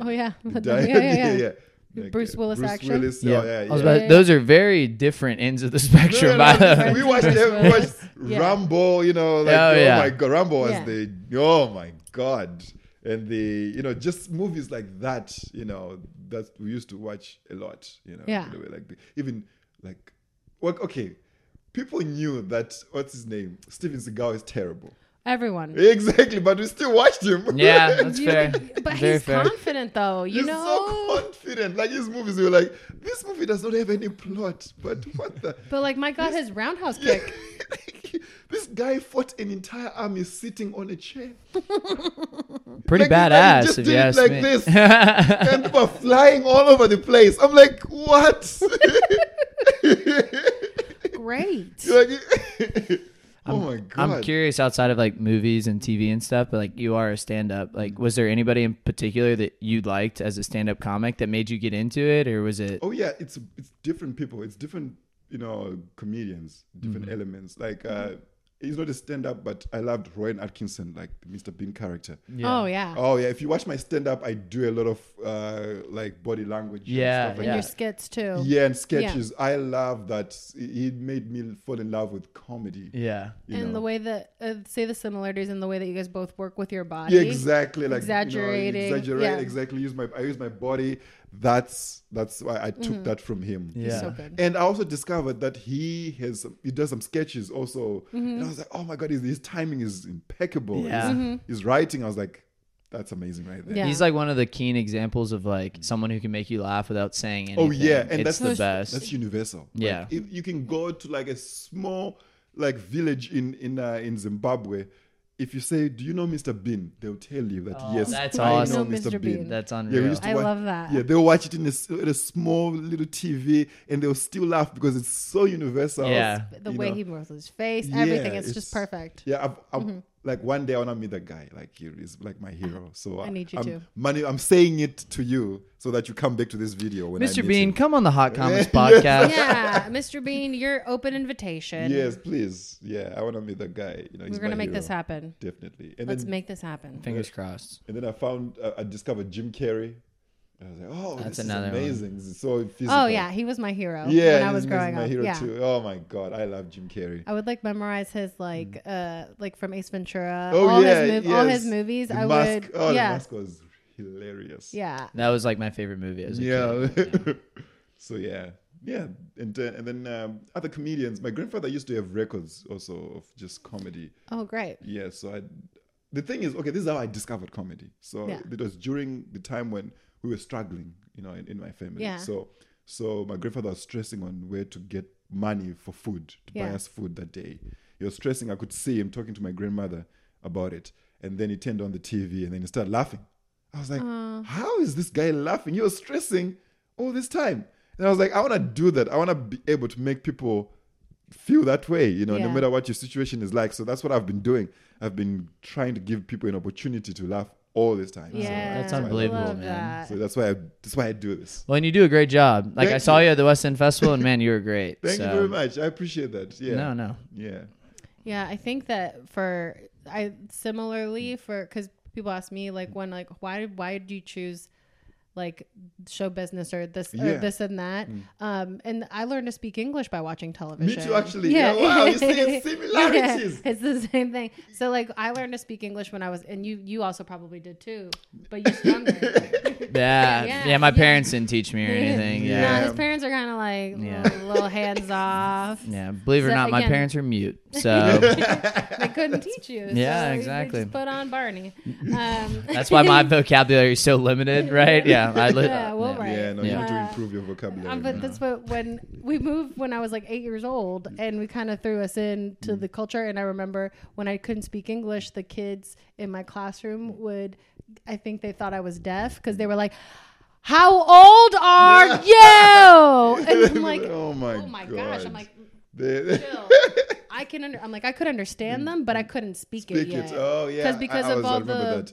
S1: Oh yeah.
S3: The
S1: yeah, yeah, yeah. Bruce
S3: uh,
S1: Willis action.
S3: Willis,
S2: Yeah.
S3: Oh, yeah,
S2: I was
S3: yeah.
S2: about-
S1: Yeah.
S2: those are very different ends of the
S3: No,
S2: spectrum.
S3: no, no,
S1: by-
S3: we watched,
S1: Bruce
S3: every- we watched
S1: Willis. Yeah.
S3: Rambo, you know, like
S2: Oh,
S3: oh,
S2: yeah.
S3: my god, Rambo was
S1: Yeah.
S3: the oh my god, and the you know just movies like that, you know, that we used to watch a lot, you know,
S1: Yeah.
S3: in a way, like the, even like well, okay, people knew that what's his name, Steven Seagal is terrible,
S1: Everyone.
S3: exactly, but we still watched him.
S2: yeah, that's
S1: You-
S2: fair.
S1: But
S2: very
S1: he's
S2: fair.
S1: confident though. You
S3: He's
S1: know.
S3: so confident. Like his movies, we were like, this movie does not have any plot, but what the.
S1: but like, my God, his roundhouse kick.
S3: this guy fought an entire army sitting on a chair.
S2: Pretty
S3: Like, like,
S2: badass,
S3: just
S2: if
S3: do
S2: you
S3: it
S2: ask
S3: like
S2: me.
S3: this. And people are flying all over the place. I'm like, what?
S1: Great.
S3: Like, oh my god.
S2: I'm curious outside of like movies and TV and stuff, but like you are a stand up. Like, was there anybody in particular that you liked as a stand up comic that made you get into it, or was it?
S3: Oh yeah, it's it's different people. It's different, you know, comedians, different
S2: Mm-hmm.
S3: elements. Like uh he's not a stand up, but I loved Rowan Atkinson, like the Mr. Bean character.
S1: Oh yeah.
S3: Oh yeah, if you watch my stand up, I do a lot of uh like body language. and
S2: Yeah,
S3: stuff like
S1: And
S2: yeah.
S1: your skits too.
S3: Yeah, and sketches. I love that. He made me fall in love with comedy.
S2: Yeah.
S3: you
S1: and
S3: know.
S1: the way that uh, say the similarities in the way that you guys both work with your body.
S3: yeah, exactly. Like
S1: Exaggerating,
S3: You know, exaggerate.
S1: yeah.
S3: Exactly. Use my. I use my body. That's that's why I
S1: Mm-hmm.
S3: took that from him.
S2: Yeah.
S1: So good.
S3: And I also discovered that he has he does some sketches also.
S1: Mm-hmm.
S3: And I was like, oh my god, his, his timing is impeccable.
S2: Yeah.
S3: His,
S1: Mm-hmm.
S3: his writing, I was like, that's amazing right there.
S1: Yeah.
S2: He's like one of the keen examples of like someone who can make you laugh without saying anything.
S3: Oh yeah, and
S2: it's
S3: that's
S2: the
S3: that's-
S2: best.
S3: That's universal. Like,
S2: Yeah.
S3: if you can go to like a small like village in in uh, in Zimbabwe. If you say, "Do you know Mr. Bean?" They'll tell you that
S2: Oh,
S3: yes,
S2: that's
S3: I
S2: awesome.
S3: know
S1: Know
S3: Mr.
S1: Mr.
S3: Bean.
S1: Bean.
S2: That's
S3: Yeah,
S2: unreal.
S3: we used to
S1: I
S3: watch-
S1: love that.
S3: Yeah, they'll watch it in a, s- at a small little TV, and they'll still laugh because it's so universal.
S2: Yeah.
S1: the
S3: you
S1: way
S3: know.
S1: he Mm-hmm. moves his face, everything.
S3: Yeah,
S1: It's, just
S3: it's-
S1: perfect.
S3: Yeah, I've, I'm, like one day I wanna meet that guy. Like he is like my hero. So
S1: I need you
S3: am
S1: to.
S3: Manu, I'm saying it to you so that you come back to this video when I
S2: Mr.
S3: meet
S2: Bean,
S3: him.
S2: come on the Hot Comics
S3: Yeah.
S2: podcast.
S1: Yeah, Mr. Bean, your open invitation.
S3: Yes, please. Yeah, I wanna meet that guy. You know, he's
S1: We're gonna
S3: my
S1: make this
S3: hero.
S1: happen.
S3: Definitely. And
S1: Let's
S3: then
S1: make this happen.
S2: Fingers crossed.
S3: and then I found uh, I discovered Jim Carrey. I was like, oh,
S2: That's
S3: that's
S2: another one.
S3: amazing. This is so physical.
S1: Oh yeah, he was my hero
S3: yeah.
S1: when I
S3: he's-
S1: was
S3: he's
S1: growing
S3: my
S1: up.
S3: hero
S1: yeah. Uh,
S3: too. Oh my god, I love Jim Carrey.
S1: I would like memorize his like uh like from Ace Ventura,
S3: Mm. Oh
S1: all
S3: yeah,
S1: his mov- all his
S3: yes.
S1: movies.
S3: The
S1: I
S3: mask.
S1: would
S3: Oh, the
S1: yeah.
S3: mask was hilarious.
S1: Yeah.
S2: That was like my favorite movie. As a
S3: Yeah.
S2: Kid.
S3: so yeah, yeah, and uh, and then um, other comedians. My grandfather used to have records also of just comedy.
S1: Oh great.
S3: Yeah. So I, the thing is, okay, this is how I discovered comedy. So
S1: Yeah.
S3: it was during the time when we were struggling, you know, in, in my family.
S1: Yeah.
S3: So so my grandfather was stressing on where to get money for food to buy
S1: Yeah.
S3: us food that day. He was stressing. I could see him talking to my grandmother about it, and then he turned on the TV and then he started laughing. I was like, how is this guy laughing? He was stressing all this time. And I was like, I want to do that. I want to be able to make people feel that way, you know, no
S1: Yeah.
S3: matter what your situation is like. So that's what I've been doing. I've been trying to give people an opportunity to laugh all this time. So-
S1: Yeah,
S2: that's
S1: I
S2: unbelievable,
S1: love
S2: man.
S1: that.
S3: So, that's why I, that's why I do this.
S2: Well, and you do a great job. Like I
S3: Thank
S2: saw
S3: you.
S2: you at the West End Festival, and man, you were great.
S3: Thank
S2: so.
S3: you very much. I appreciate that. Yeah.
S2: No, no.
S3: Yeah.
S1: Yeah, I think that for I similarly
S3: Mm.
S1: for because people ask me like when like why why do you choose like show business or this
S3: Yeah. Mm.
S1: or this and that um and I learned to speak English by watching
S3: Me
S1: television.
S3: too, actually. Yeah. wow, you see similarities.
S1: Yeah, it's the same thing. So like I learned to speak English when I was and you you also probably did too, but you're younger.
S2: Yeah,
S1: Yeah,
S2: yeah. my
S1: yeah.
S2: parents didn't teach me or anything.
S3: Yeah.
S1: No,
S2: Yeah,
S1: his parents are kind of like
S2: Yeah.
S1: little, little hands off.
S2: yeah. Believe it
S1: So
S2: or not, my
S1: again-
S2: parents are mute. So
S1: They couldn't teach you.
S2: Yeah,
S1: so you
S2: exactly.
S1: Just put on Barney. Um,
S2: that's why my vocabulary is so limited, right? Yeah, I li-
S1: Yeah, well, right.
S3: Yeah, no, you have to
S1: Yeah.
S3: improve your vocabulary.
S1: Um, but that's what when we moved when I was like eight years old, and we kind of threw us into
S3: Mm.
S1: the culture. And I remember when I couldn't speak English, the kids in my
S3: Mm.
S1: classroom would, I think they thought I was deaf because they were like, "How old are you?" And I'm like,
S3: oh my,
S1: "Oh my gosh!" I'm
S3: God.
S1: like,
S3: They-
S1: "Chill." I can under, I'm like, I could understand them, but I couldn't speak, it
S3: Mm. Speak
S1: yet.
S3: it. Oh, yeah.
S1: Because
S3: I-
S1: because
S3: I
S1: of
S3: was- I
S1: all the
S3: remember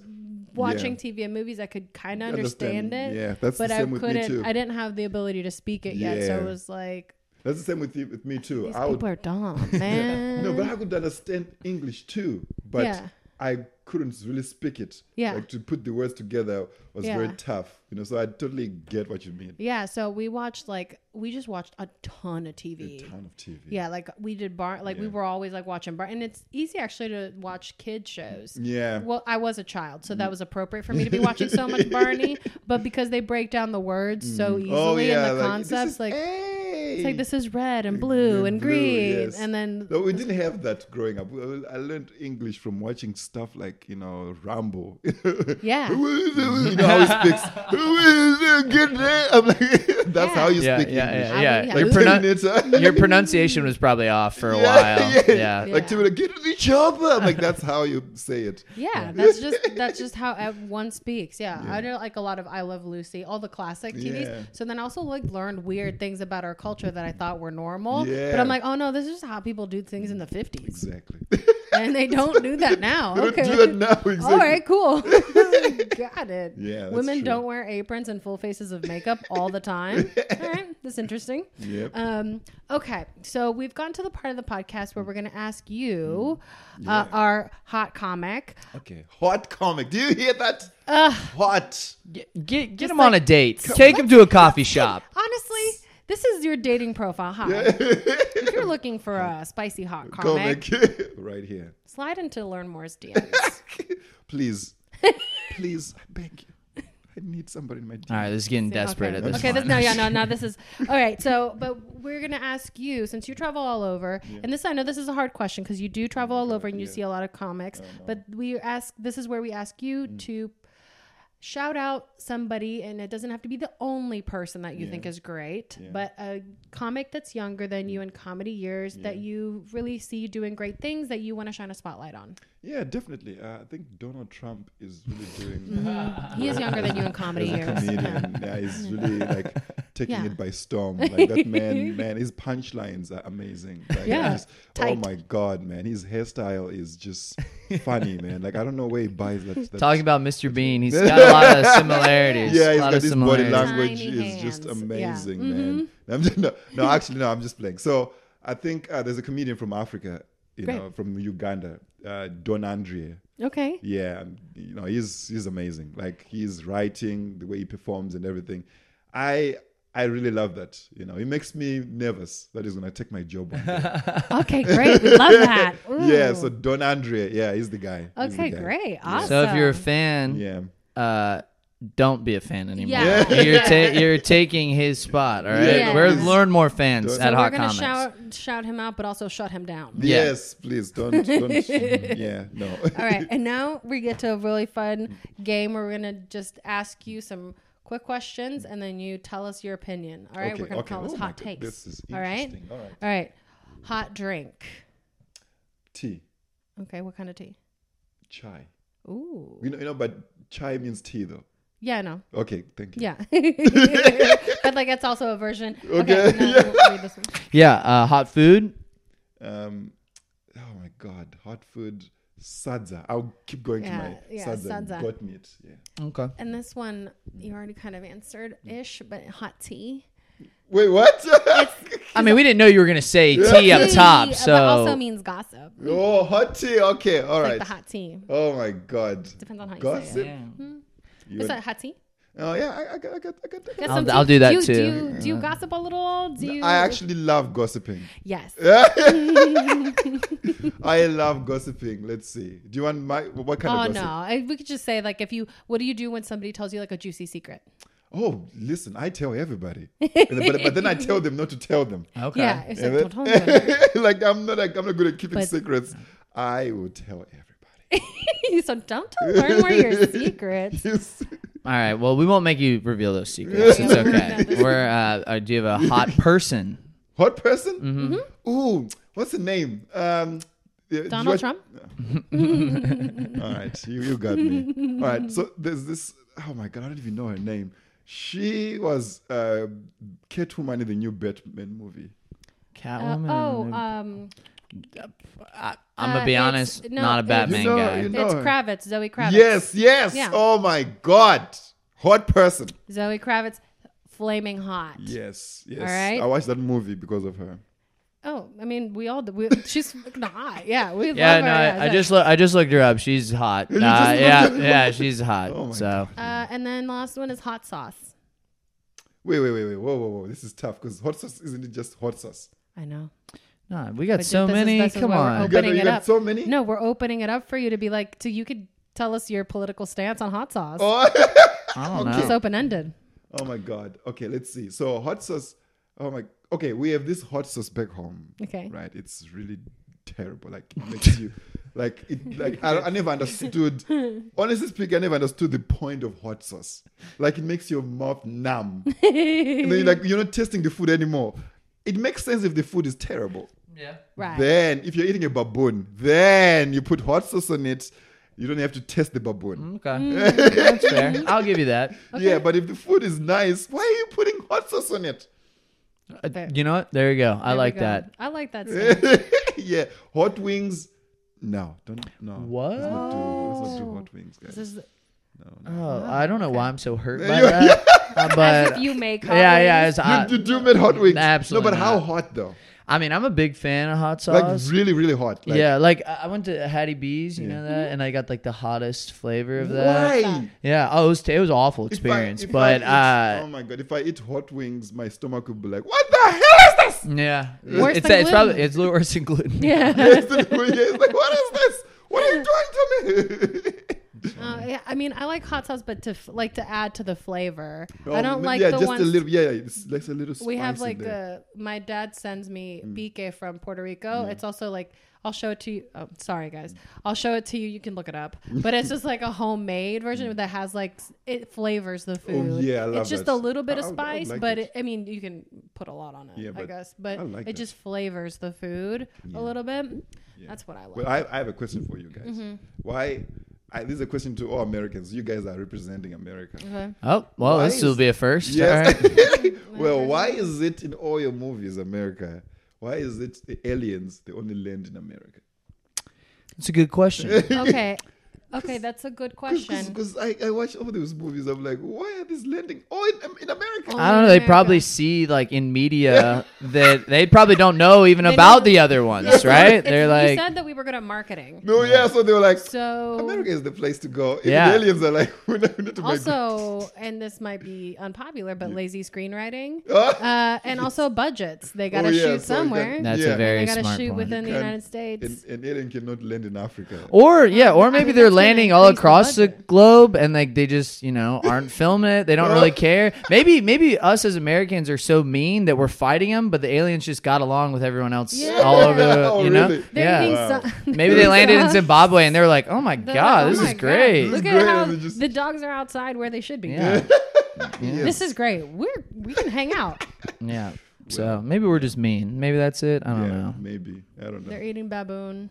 S1: watching
S3: Yeah.
S1: TV and movies, I could kind of
S3: Understand.
S1: understand, it.
S3: Yeah, that's the
S1: but
S3: same
S1: I
S3: with me
S1: couldn't.
S3: too.
S1: I didn't have the ability to speak it yet, so
S3: Yeah.
S1: it was like
S3: that's the same with, you, with me too.
S1: these
S3: I would,
S1: people are dumb, man.
S3: no, but I could understand English too, but
S1: Yeah.
S3: I couldn't really speak it.
S1: Yeah.
S3: like to put the words together was very
S1: Yeah.
S3: tough. You know, so I totally get what you mean.
S1: yeah, so we watched like we just watched a ton of TV.
S3: A ton of TV.
S1: Yeah, like we did bar, like we
S3: Yeah.
S1: were always like watching bar, and it's easy actually to watch kid shows.
S3: Yeah. Mm.
S1: Well, I was a child, so that was appropriate for me to be watching so much Barney. But because they break down the words so easily
S3: oh yeah,
S1: and the
S3: like, this
S1: concepts,
S3: is
S1: like
S3: A.
S1: it's like this is red and blue and
S3: blue,
S1: green,
S3: yes.
S1: and then
S3: No, we didn't have that growing up. Well, I learned English from watching stuff like you know Rambo.
S1: yeah,
S3: you know how he speaks. Good day. I'm like, that's
S1: Yeah.
S3: how you
S2: yeah, yeah,
S3: speak English.
S2: yeah.
S1: I
S2: yeah.
S1: would- yeah.
S2: Your,
S1: Like,
S2: pronoun-
S3: Terminator.
S2: your pronunciation was probably off for a
S3: Yeah,
S2: while. Yeah,
S1: Yeah.
S3: Like Terminator, get with each other. I'm like, that's how you say it.
S1: Yeah, that's just that's just how ev- one speaks. Yeah. I know like a lot of I Love Lucy, all the classic TVs.
S3: Yeah.
S1: So then I also like learned weird things about our culture that I thought were normal. But
S3: Yeah.
S1: I'm like, oh no, this is just how people do things in the 50s,
S3: Exactly.
S1: and they don't do that now.
S3: Don't
S1: okay,
S3: do it now. Exactly.
S1: all right, cool, got it.
S3: Yeah, that's
S1: women
S3: true.
S1: don't wear aprons and full faces of makeup all the time. all right, that's interesting.
S3: Yep.
S1: Um, okay, so we've gone to the part of the podcast where we're going to ask you,
S3: Mm.
S1: uh, our hot comic.
S3: okay. Hot comic. Do you hear that? Hot.
S2: Get get, get him on a date. Take him to a coffee shop.
S1: Honestly, this is your dating profile, huh? If you're looking for a spicy hot comic,
S3: Comic. right here.
S1: slide into Learn More's DMs.
S3: Please. Please. I beg you. I need somebody in my
S2: All
S3: team.
S2: right, this is getting desperate
S1: okay.
S2: at this
S1: Okay,
S2: point.
S1: this, no, yeah, no, no. This is all right. So, but we're gonna ask you since you travel all over, and this I know this is a hard question because you do travel all over and you see a lot of comics. But we ask this is where we ask you
S2: Mm.
S1: to shout out somebody, and it doesn't have to be the only person that you think is great, but a comic that's younger than
S2: Mm.
S1: you in comedy years that you really see doing great things that you want to shine a spotlight on.
S3: Yeah, definitely. Uh, I think Donald Trump is really doing.
S1: Mm-hmm. He is younger than you in comedy years.
S3: comedian. yeah, he's really like taking
S1: Yeah.
S3: it by storm. Like that man, man, his punchlines are amazing. Like, I
S1: Yeah.
S3: just- oh
S1: Tight.
S3: my god, man, his hairstyle is just funny, man. Like I don't know where he buys that. that
S2: Talking about Mr. Bean, he's got a lot of similarities.
S3: yeah, he's
S2: a lot
S3: got
S2: of
S3: his body
S2: similarities.
S3: language
S1: Tiny
S3: is just
S1: hands. Yeah.
S3: amazing,
S1: Mm-hmm.
S3: man. I'm just- no, no, actually, no, I'm just playing. So I think uh, there's a comedian from Africa, you
S1: Great.
S3: know, from Uganda, uh, Don Andrea.
S1: Okay.
S3: Yeah, and, you know, he's he's amazing. Like he's writing, the way he performs and everything. I I really love that. You know, it makes me nervous that he's gonna take my job. One day.
S1: Okay, great. We love that.
S3: yeah,
S1: Ooh.
S3: so Don Andre, yeah, he's the guy. He's the
S1: Okay,
S3: guy.
S1: great. Awesome.
S2: So if you're a fan,
S3: Yeah.
S2: uh, don't be a fan anymore.
S1: Yeah.
S2: you're, ta- you're taking his spot. All right,
S1: Yeah.
S2: we're learn more fans
S3: So
S2: at
S1: So
S2: Hot
S1: we're gonna
S2: Comics.
S1: shout shout him out, but also shut him down.
S2: Yeah.
S3: Yes, please don't don't yeah, no.
S1: All right, and now we get to a really fun game where we're gonna just ask you some quick questions, and then you tell us your opinion. All right, we're gonna call this
S3: Oh my
S1: hot
S3: God,
S1: takes.
S3: This is
S1: all right,
S3: interesting. All right.
S1: all right. Hot drink.
S3: Tea,
S1: Okay, what kind of tea?
S3: chai.
S1: Ooh.
S3: You know, you know, but chai means tea though.
S1: Yeah, no.
S3: Okay, thank you.
S1: Yeah. but like that's also a version. Okay.
S3: Okay,
S1: now
S3: yeah.
S1: we'll read this one.
S2: Yeah, uh, hot food.
S3: Um, oh my God, hot food, sadza. I'll keep going
S1: Yeah,
S3: to my
S1: yeah,
S3: sadza,
S1: sadza.
S3: goat meat. Yeah.
S2: Okay.
S1: And this one you already kind of answered ish, but hot tea.
S3: Wait, what?
S2: I mean, we didn't know you were gonna say tea up top,
S1: Tea,
S2: so
S1: but also means gossip.
S3: oh, hot tea. Okay, all
S1: Like
S3: right.
S1: the hot tea.
S3: oh my God.
S1: Depends on how you say it.
S3: Gossip. You
S1: Is
S3: want-
S1: that hot tea?
S3: oh yeah, I, I got, I got, I got. I got-
S1: Got
S2: I'll-
S1: some
S2: I'll do that
S1: you, Do
S2: too. Uh,
S1: you, do you gossip a little? Do you?
S3: I actually love gossiping.
S1: yes.
S3: I love gossiping. Let's see. Do you want my what kind
S1: Oh
S3: of
S1: no!
S3: gossip?
S1: I, we could just say like, if you, what do you do when somebody tells you like a juicy secret?
S3: Oh, listen, I tell everybody, And- but, but then I tell them not to tell them.
S2: okay.
S1: Yeah, it's like,
S3: Yeah,
S1: don't tell me.
S3: like I'm not, like, I'm not good at keeping
S1: But-
S3: secrets. I will tell everybody.
S1: so don't tell learn where your secrets.
S3: Yes.
S2: All right. Well, we won't make you reveal those secrets. It's
S1: Yeah, we're not
S2: okay.
S1: gonna-
S2: We're. Uh, uh, do you have a hot person?
S3: Hot person? Ooh, what's the name? Um, yeah,
S1: Mm-hmm.
S3: do
S1: Donald
S3: you want-
S1: Trump.
S3: All right, you, you got me. All right, so there's this. Oh my god, I don't even know her name. She was uh, Catwoman in the new Batman movie.
S1: Uh,
S2: Catwoman.
S1: oh, um,
S2: I'm gonna
S1: uh,
S2: be
S1: it's-
S2: honest.
S1: no,
S2: not a
S1: it's-
S2: Batman
S3: You know-
S2: guy.
S3: you know-
S1: it's
S3: No.
S1: Kravitz, Zoe Kravitz.
S3: Yes, yes.
S1: Yeah.
S3: Oh my god, hot person.
S1: Zoe Kravitz, flaming hot.
S3: Yes, yes.
S1: right.
S3: I watched that movie because of her.
S1: Oh, I mean, we all we, she's fucking hot. Yeah, we
S2: yeah.
S1: love
S2: No.
S1: her.
S2: I, I
S1: so-
S2: just. Lo- I just looked her up. She's hot. Uh,
S3: just
S2: yeah.
S3: looked her
S2: Yeah. She's hot.
S3: Oh my
S2: so.
S1: Uh, and then last one is hot sauce.
S3: Wait, wait, wait, wait. Whoa, whoa, whoa. This is tough because hot sauce isn't it just hot sauce?
S1: I know.
S2: No, we got
S1: But
S2: so
S1: this is-
S2: many.
S1: this is
S2: Come
S1: why we're
S2: on.
S1: open.
S3: You got,
S1: Opening
S3: you
S1: it
S3: got
S1: up.
S3: so many.
S1: No, we're opening it up for you to be like, so you could tell us your political stance on hot sauce.
S3: Oh,
S2: I don't
S1: It's
S2: know.
S1: open ended.
S3: oh my god. Okay, let's see. So hot sauce. Oh my. Okay, we have this hot sauce back home.
S1: Okay.
S3: Right. It's really terrible. Like it makes you. Like it. Like I, I never understood. Honestly speaking, I never understood the point of hot sauce. Like it makes your mouth numb. and then you're like you're not tasting the food anymore. It makes sense if the food is terrible.
S2: Yeah.
S1: Right.
S3: Then, if you're eating a baboon, then you put hot sauce on it. You don't have to test the baboon.
S2: Okay.
S1: Mm.
S2: That's fair. I'll give you that.
S3: Yeah, but if the food is nice, why are you putting hot sauce on it?
S2: Uh,
S1: Fair.
S2: you know what? There you go. I
S1: There we
S2: like
S1: go.
S2: that.
S1: I like that. stance.
S3: yeah, hot wings. No, don't no.
S2: What?
S3: Let's not do, let's not do hot wings, guys.
S1: This is
S2: Oh, I don't know why I'm so hurt by
S3: You-
S2: that. Uh,
S1: Ah, as if
S2: but
S1: you make hot
S2: yeah, yeah.
S1: wings.
S2: It's, I,
S3: you, you do make hot wings.
S2: Absolutely
S3: No, but how
S2: not.
S3: hot though?
S2: I mean, I'm a big fan of hot
S3: Like
S2: sauce.
S3: really, really hot. Like,
S2: yeah, like I I went to Hattie B's, you
S3: Yeah.
S2: know that, and I got like the hottest flavor of that.
S3: Why?
S2: Yeah. Oh, it was, it was an awful
S3: If I-
S2: experience,
S3: if I
S2: but
S3: eat-
S2: uh,
S3: oh my god, if I eat hot wings, my stomach would be like, what the hell is this?
S2: yeah,
S1: Worse
S2: it's
S1: than
S2: it's probably
S1: gluten.
S2: it's a little worse than gluten.
S1: Yeah.
S3: Yes, it's like, what is this? What are you doing to me?
S1: Uh, yeah, I mean, I like hot sauce, but to f- like to add to the flavor. I
S3: Um,
S1: don't like
S3: yeah,
S1: the
S3: just
S1: ones
S3: a little. Yeah, yeah, it's Mm. like a little.
S1: we have
S3: spice in
S1: like uh,
S3: there.
S1: the my dad sends me pique from Puerto Rico.
S3: Mm.
S1: It's also like I'll show it to you. Oh, sorry guys, I'll show it to you. You can look it up. But it's just like a homemade version that has like s- it flavors the food.
S3: Mm. Oh, yeah, I love
S1: it's just
S3: that.
S1: a little bit of
S3: I would- I would
S1: spice,
S3: like
S1: but
S3: it.
S1: it, I mean you can put a lot on it,
S3: Yeah,
S1: I
S3: but
S1: guess. But
S3: I like
S1: it
S3: that.
S1: just flavors the food a little bit. That's what I like. Mm-hmm.
S3: Well, I, I have a question for you guys. Why? I, this is a question to all Americans. You guys are representing America.
S1: okay.
S2: Oh well,
S3: Why
S2: this will
S3: is-
S2: be a first.
S3: Yes.
S2: All right.
S3: Well, why is it in all your movies, America? Why is it the aliens they only land in America?
S2: It's a good
S1: Oh,
S2: question.
S1: okay, okay, that's a good question.
S3: Because I, I watch all these movies. I'm like, why are these landing all in, in America?
S1: Oh.
S2: I don't know. They
S1: America.
S2: probably see like in media that they probably don't know even about
S1: don't-
S2: the other ones, right?
S1: It's-
S2: They're
S1: you
S2: like,
S1: said that we were good at marketing,
S3: No, yeah. So they were like,
S1: so
S3: America is the place to go. If
S2: Yeah.
S3: The aliens are like, we need to make-
S1: also, and this might be unpopular, but lazy screenwriting,
S3: Ah.
S1: uh, and also budgets. They got to
S3: Oh, yeah,
S1: shoot
S3: so we got-
S1: somewhere.
S2: that's
S3: Yeah.
S1: they
S2: a very
S1: got to
S2: smart
S1: shoot
S2: point.
S1: within the
S3: Can-
S1: United States.
S3: an, an alien cannot land in Africa.
S1: Oh,
S2: or yeah, or
S1: I
S2: maybe
S1: mean,
S2: they're
S1: that's gonna
S2: landing all
S1: increase the
S2: across the,
S1: budget.
S2: globe and like they just you know aren't filming it. They don't really care. Maybe maybe us as Americans are so mean that we're fighting them, but the aliens just got along with everyone else
S1: Yeah.
S2: all over. The,
S3: Oh,
S2: you know,
S3: really?
S1: They're
S2: yeah.
S1: eating
S3: Wow.
S1: some-
S2: Maybe they landed in Zimbabwe and they were like, "Oh my
S1: They're
S2: god,
S1: like,
S2: this
S1: "Oh my
S2: is
S1: God,
S2: great."
S1: Look
S3: This
S1: at
S3: is great,
S1: how
S3: they just-
S1: the dogs are outside where they should be.
S2: Yeah,
S1: This is great. We're we can hang out.
S2: yeah. So maybe we're just mean. Maybe that's it. I don't know.
S3: maybe. I don't know.
S1: They're eating baboon.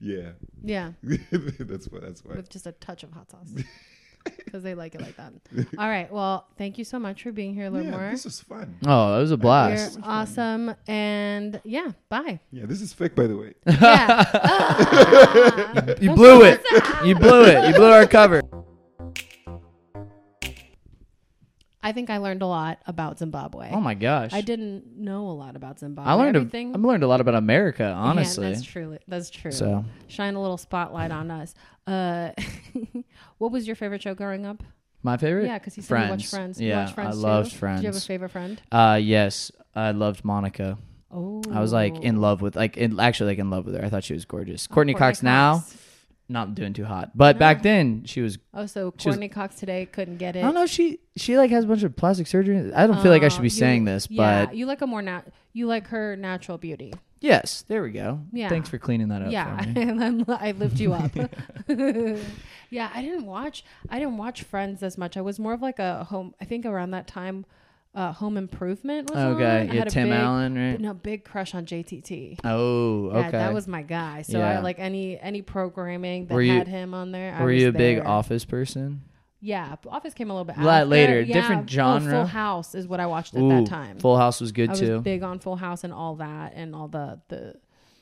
S3: Yeah,
S1: Yeah,
S3: that's why. That's why.
S1: with just a touch of hot sauce. because they like it like that. All right. Well, thank you so much for being here, Learn
S3: yeah,
S1: More.
S3: this was fun.
S2: Oh, that was a blast.
S1: You're awesome. And yeah, bye.
S3: Yeah, this is fake, by the way.
S1: Yeah.
S2: You blew it. You blew it. You blew our cover.
S1: I think I learned a lot about Zimbabwe.
S2: Oh my gosh.
S1: I didn't know a lot about Zimbabwe.
S2: I learned a,
S1: everything.
S2: I learned a lot about America,
S1: Yeah,
S2: honestly.
S1: that's true. That's true.
S2: So.
S1: Shine a little spotlight on us. Uh, what was your favorite show growing up?
S2: My favorite?
S1: Yeah, because he said
S2: Friends.
S1: you watched Friends. You
S2: Yeah,
S1: watched Friends
S2: I
S1: too?
S2: loved
S1: Did you have a
S2: Friends.
S1: favorite friend?
S2: Uh, yes, I loved Monica.
S1: Oh,
S2: I was like in love with, like, in, actually, like in love with her. I thought she was gorgeous.
S1: Oh,
S2: Courtney, Cox, now, not doing too hot, but back then she was.
S1: Oh, so
S2: She was-
S1: Courtney Cox today couldn't get it. Uh,
S2: I don't know. She she like has a bunch of plastic surgery. I don't feel like I should
S1: Um,
S2: be
S1: You-
S2: saying this,
S1: yeah,
S2: but
S1: you like a more nat. You like her natural beauty.
S2: yes, there we go.
S1: Yeah.
S2: Thanks for cleaning that up.
S1: yeah,
S2: for me.
S1: and then I lived you up. yeah, I didn't watch. I didn't watch Friends as much. I was more of like a home. I think around that time, uh, Home Improvement was on. I
S2: Okay. Yeah.
S1: had a
S2: Tim
S1: big-
S2: Allen, right?
S1: No, big crush on JTT.
S2: Oh, okay.
S1: Yeah, that was my guy. So I
S2: Yeah.
S1: like any any programming that
S2: Were you-
S1: had him on there. I
S2: Were
S1: was
S2: you a big
S1: there.
S2: office person?
S1: Yeah, but Office came a little bit
S2: Lot
S1: after.
S2: later,
S1: Yeah,
S2: different
S1: oh, Full
S2: genre.
S1: House is what I watched at
S2: Ooh,
S1: that time.
S2: Full House was good
S1: I was
S2: too.
S1: big on Full House and all that and all the the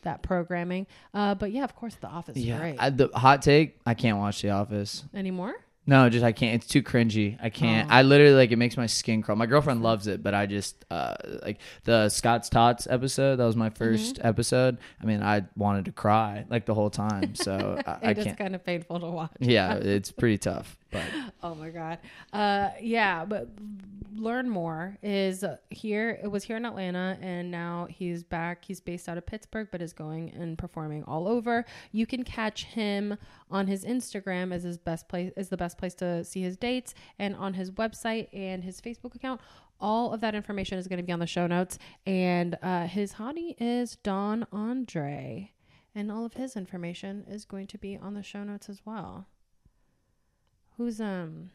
S1: that programming. Uh, but yeah, of course, The Office is
S2: yeah.
S1: great.
S2: I, the hot take: I can't watch The Office.
S1: Anymore?
S2: No, just I can't. It's too cringy. I can't. I literally like it makes my skin crawl. My girlfriend loves it, but I just uh like the Scott's Tots episode. That was
S1: Mm-hmm.
S2: my 1st episode. I mean, I wanted to cry like the whole time. So I, I
S1: It is
S2: can't.
S1: kind of painful to watch.
S2: Yeah, it's pretty tough. But
S1: Oh my god. Uh, yeah, but learn more is uh, here. It was here in Atlanta, and now he's back. He's based out of Pittsburgh, but is going and performing all over. You can catch him on his Instagram as his best place is the best place to see his dates, and on his website and his Facebook account. All of that information is going to be on the show notes, and uh, his hottie is Don Andre. And all of his information is going to be on the show notes as well. Who's um?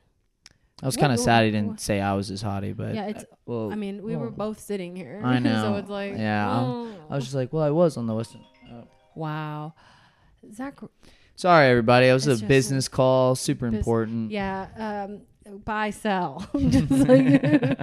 S2: I was
S1: What-
S2: kind of sad he
S1: what-
S2: didn't say I was his hottie. But
S1: Yeah, it's.
S2: well,
S1: I
S2: I mean,
S1: mean, we were both sitting here.
S2: I
S1: so
S2: know.
S1: it's like, oh.
S2: Yeah, I'm- I was just like, well, I was on the Western.
S1: wow, Zach.
S2: Mm. Sorry, everybody. It was
S1: It's
S2: a
S1: just
S2: business call. Super
S1: bus-
S2: important.
S1: Yeah, um, buy sell. Just like-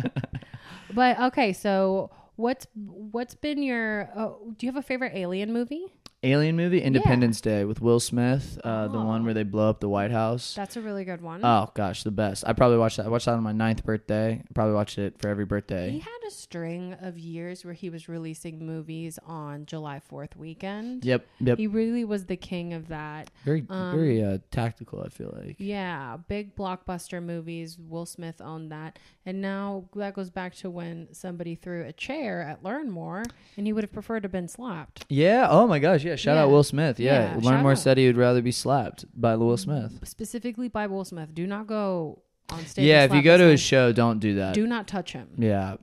S1: but okay, so what's what's been your? Uh, do you have a favorite alien movie?
S2: Alien movie, Independence Day with Will Smith, uh, the one where they blow up the White House.
S1: That's a really good Oh. one.
S2: Oh gosh, the best. I probably watched that. I watched that on my ninth birthday. I probably watched it for
S1: he
S2: every birthday.
S1: had a string of years where he was releasing movies on July Fourth weekend.
S2: Yep, yep.
S1: He really was the king of that.
S2: very, very uh, tactical. I feel like.
S1: Yeah, big blockbuster movies. Will Smith owned that. And now that goes back to when somebody threw a chair at Learn More and he would have preferred to have been slapped.
S2: Yeah. Oh my gosh. Yeah. Shout out
S1: Yeah.
S2: Will Smith. Yeah.
S1: Yeah, shout
S2: Learn more
S1: out. Mm-hmm.
S2: said he would rather be slapped by Will Smith.
S1: Specifically by Will Smith. Do not go on stage.
S2: yeah.
S1: and
S2: If you
S1: slap
S2: go to
S1: Will
S2: a
S1: Smith.
S2: show, don't do that.
S1: do not touch him.
S2: yeah.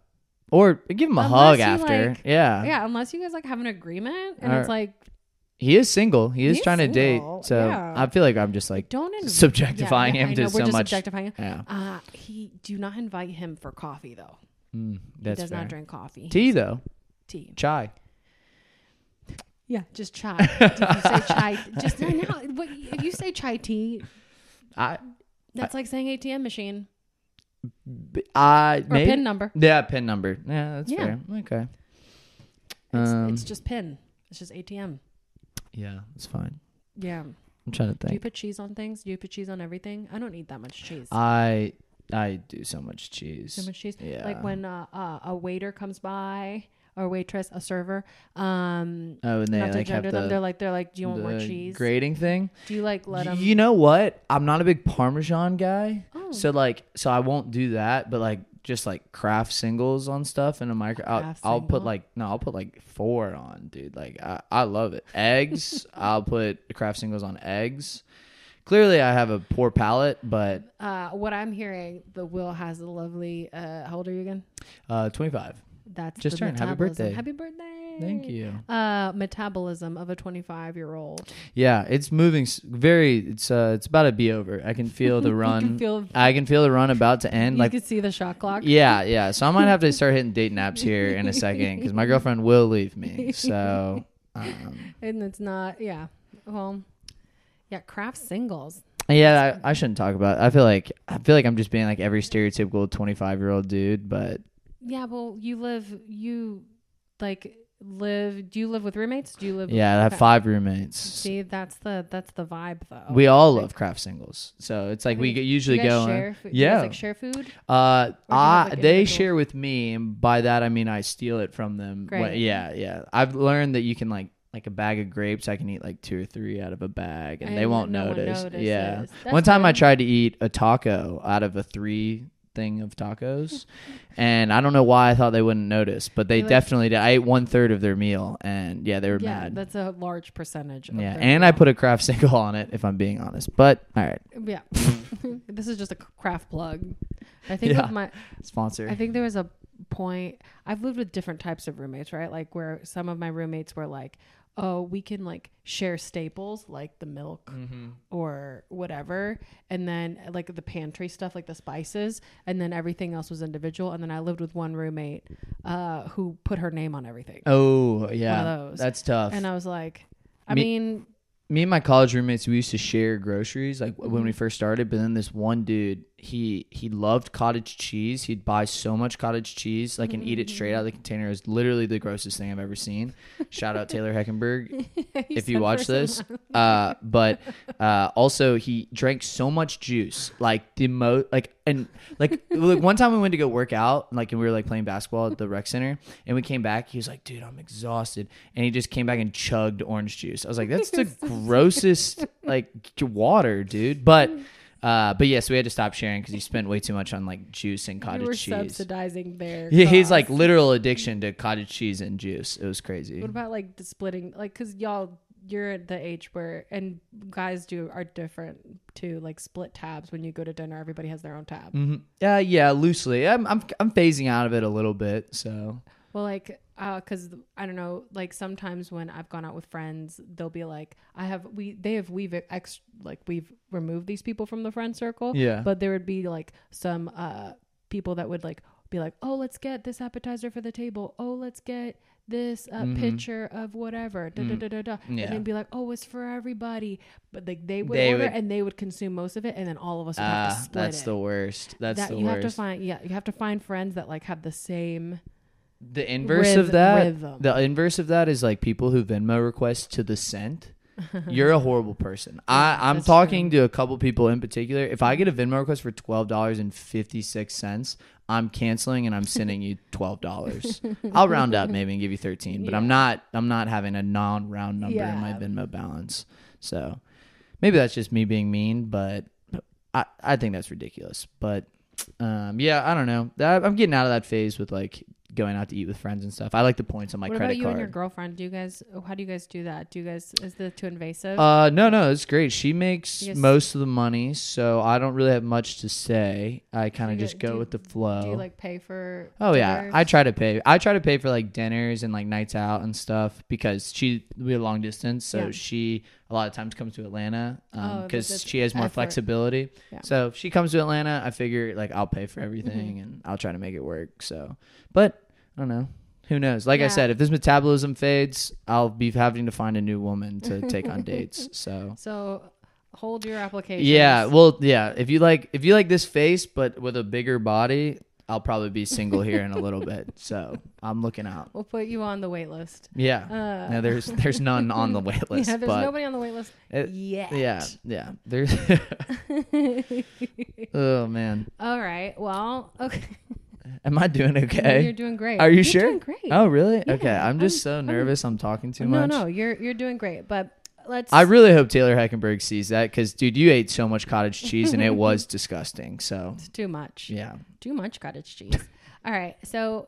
S2: Or give him a
S1: Unless
S2: hug
S1: you,
S2: after.
S1: like-
S2: yeah.
S1: Yeah, unless you guys like have an agreement and
S2: Or-
S1: it's like
S2: He is single. He is
S1: He is
S2: trying to
S1: single,
S2: date. So
S1: yeah.
S2: I feel like I'm just like
S1: don't inv-
S2: subjectifying
S1: Yeah, yeah,
S2: him
S1: I
S2: to
S1: know,
S2: so
S1: we're just
S2: much.
S1: Subjectifying him.
S2: Yeah.
S1: Uh, he do not invite him for coffee though.
S2: Mm,
S1: He
S2: that's
S1: does
S2: fair.
S1: not drink coffee.
S2: Tea though.
S1: Tea.
S2: Chai.
S1: Yeah, just chai. Did you say chai? Just no, no. What, if you say chai tea,
S2: I.
S1: that's like saying ATM machine
S2: I.
S1: or
S2: maybe-
S1: pin number.
S2: Yeah, pin number. Yeah, that's
S1: Yeah.
S2: fair. Okay.
S1: It's,
S2: Um,
S1: it's just pin. It's just ATM.
S2: yeah, it's fine.
S1: Yeah.
S2: I'm trying to
S1: Do you
S2: think.
S1: put cheese on things? Do you put cheese on everything? I don't need that much cheese.
S2: I I do so much cheese.
S1: so much cheese.
S2: yeah.
S1: Like when uh, uh, a waiter comes by or waitress, a server. Um,
S2: oh, and they
S1: not to
S2: like have
S1: gender
S2: the,
S1: them. They're like they're like, do you want more
S2: the
S1: cheese?
S2: grating thing.
S1: Do you like let them?
S2: You know what? I'm not a big Parmesan guy,
S1: Oh.
S2: so like, so I won't do that. But like, just like craft singles on stuff in a micro, I'll,
S1: Kraft
S2: I'll put
S1: single?
S2: like no, I'll put like four on, dude. Like, I, I love it. Eggs, I'll put craft singles on eggs. Clearly, I have a poor palate, but
S1: uh, what I'm hearing, the will has a lovely. Uh, how old are you again?
S2: uh, 25.
S1: That's
S2: Just
S1: the
S2: turned. Happy
S1: metabolism.
S2: birthday.
S1: Happy birthday.
S2: Thank you.
S1: Uh, metabolism of a 25 year old.
S2: Yeah, it's moving s- very. It's uh, it's about to be over. I can feel the run.
S1: feel-
S2: I can feel the run about to end.
S1: You
S2: like
S1: can see the shot clock.
S2: yeah, yeah. So I might have to start hitting date naps here in a second because my girlfriend will leave me. So um,
S1: And it's not, yeah. Well, yeah, craft singles.
S2: Yeah, I, I shouldn't talk about. It. I feel like I feel like I'm just being like every stereotypical 25 year old dude, but
S1: Yeah, well, you live, you like live. Do you live with roommates? Do you live?
S2: yeah, I have
S1: with-
S2: five roommates.
S1: See, that's the that's the vibe though.
S2: We all love craft singles, so it's like we
S1: Wait,
S2: usually
S1: you guys
S2: go. on-
S1: Share food. you
S2: Yeah,
S1: guys, like share food.
S2: Uh,
S1: have,
S2: I,
S1: like,
S2: they
S1: individual-
S2: share with me, and by that I mean I steal it from them. Wha-
S1: Great.
S2: yeah, yeah. I've learned that you can like like a bag of grapes. I can eat like two or three out of a bag, and, they
S1: And
S2: won't
S1: no one
S2: notice.
S1: notices.
S2: Yeah.
S1: That's
S2: one time I
S1: good.
S2: tried to eat a taco out of a three thing of tacos, and I don't know why I thought they wouldn't notice, but they
S1: like-
S2: definitely did. I ate one third of their meal, and yeah, they were
S1: Yeah,
S2: mad.
S1: that's a large percentage. Of
S2: Yeah,
S1: their
S2: and I put a craft single on it, if I'm being honest. But all right,
S1: Yeah. this is just a c- craft plug. I think
S2: Yeah.
S1: with my
S2: sponsor.
S1: I think there was a point I've lived with different types of roommates, right? Like where some of my roommates were like, "Oh, we can like share staples like the milk
S2: Mm-hmm.
S1: or whatever." And then like the pantry stuff like the spices, and then everything else was individual. And then I lived with one roommate uh who put her name on everything.
S2: Oh yeah,
S1: those.
S2: that's tough.
S1: And I was like, I
S2: Me-
S1: mean,
S2: me and my college roommates we used to share groceries like when we first started but then this one dude he he loved cottage cheese he'd buy so much cottage cheese like and eat it straight out of the container it was literally the grossest thing i've ever seen shout out taylor heckenberg if you
S1: said
S2: watch
S1: first
S2: this uh but uh also he drank so much juice like the most like and like, like one time we went to go work out like and we were like playing basketball at the rec center and we came back he was like dude i'm exhausted and he just came back and chugged orange juice i was like that's the grossest like water dude but uh but yes we had to stop sharing because he spent way too much on like juice and
S1: you
S2: cottage
S1: were
S2: cheese
S1: subsidizing their.
S2: yeah, he's
S1: costs.
S2: like literal addiction to cottage cheese and juice. It was crazy.
S1: What about like the splitting? Like, cause y'all, you're at the age where, and guys do are different too. Like split tabs when you go to dinner, everybody has their own tab.
S2: Yeah, Uh, yeah, loosely. I'm, I'm I'm phasing out of it a little bit. So
S1: Well, like, uh, cause I don't know. Like sometimes when I've gone out with friends, they'll be like, I have we they have we've e-, ex like we've removed these people from the friend circle.
S2: Yeah.
S1: But there would be like some uh people that would like be like, oh, let's get this appetizer for the table. Oh, let's get this uh, picture of whatever. Da, da, da, da, da.
S2: Mm-hmm. Mm. Yeah.
S1: And then be like, oh, it's for everybody. But like they would
S2: They
S1: order
S2: would-
S1: and they would consume most of it, and then all of us would have to
S2: ah,
S1: split
S2: that's
S1: it.
S2: the worst. That's
S1: that
S2: the
S1: you
S2: worst.
S1: have to find, yeah, you have to find friends that like have the same.
S2: the inverse
S1: Rhythm-
S2: of that.
S1: rhythm.
S2: The inverse of that is like people who Venmo request to the cent. You're a horrible person. I, I'm
S1: that's
S2: talking to a couple people in particular. If I get a Venmo request for twelve dollars and fifty six cents, I'm canceling and I'm sending you twelve dollars. I'll round up maybe and give you thirteen, but I'm not. I'm not having a non round number in my
S1: Yeah.
S2: Venmo balance. So maybe that's just me being mean, but I, I think that's ridiculous. But um, yeah, I don't know. That, I'm getting out of that phase with like going out to eat with friends and stuff. I like the points on my
S1: What
S2: credit
S1: about you
S2: card.
S1: and your girlfriend? Do you guys? How do you guys do that? Do you guys? Is that too invasive?
S2: Uh, no, no, it's great. She makes
S1: You guys-
S2: most of the money, so I don't really have much to say. I kind of
S1: you
S2: just
S1: get-
S2: go
S1: do you-
S2: with the flow.
S1: do you like pay for?
S2: Oh yeah,
S1: dinners?
S2: I try to pay. I try to pay for like dinners and like nights out and stuff because she we're long distance, so
S1: Yeah.
S2: she a lot of times comes to Atlanta
S1: Oh, but
S2: because
S1: that's
S2: she has more
S1: effort.
S2: flexibility.
S1: Yeah.
S2: So if she comes to Atlanta, I figure like I'll pay for everything
S1: Mm-hmm.
S2: and I'll try to make it work. So, but I don't know. Who knows? Like I
S1: Yeah.
S2: said, if this metabolism fades, I'll be having to find a new woman to take on dates. So
S1: So hold your application.
S2: yeah, well, yeah. If you like, if you like this face but with a bigger body, I'll probably be single here in a little bit. So I'm looking out.
S1: we'll put you on the wait list.
S2: Yeah.
S1: Uh.
S2: no, there's there's none on the wait list.
S1: yeah, there's
S2: but
S1: nobody on the wait list
S2: it-
S1: yet.
S2: Yeah, yeah. There's. oh man,
S1: All right. Well, okay.
S2: am I doing
S1: You're
S2: okay?
S1: doing great.
S2: Are you
S1: You're
S2: sure?
S1: Doing great.
S2: Oh really? okay.
S1: Yeah,
S2: I'm just so
S1: I'm- I'm-
S2: nervous. I'm, talking too
S1: no,
S2: much.
S1: no, you're you're doing great. But let's.
S2: I really hope Taylor Heckenberg sees that because, dude, you ate so much cottage cheese and it was disgusting. So,
S1: it's too much.
S2: yeah.
S1: Too much cottage cheese. All right. So,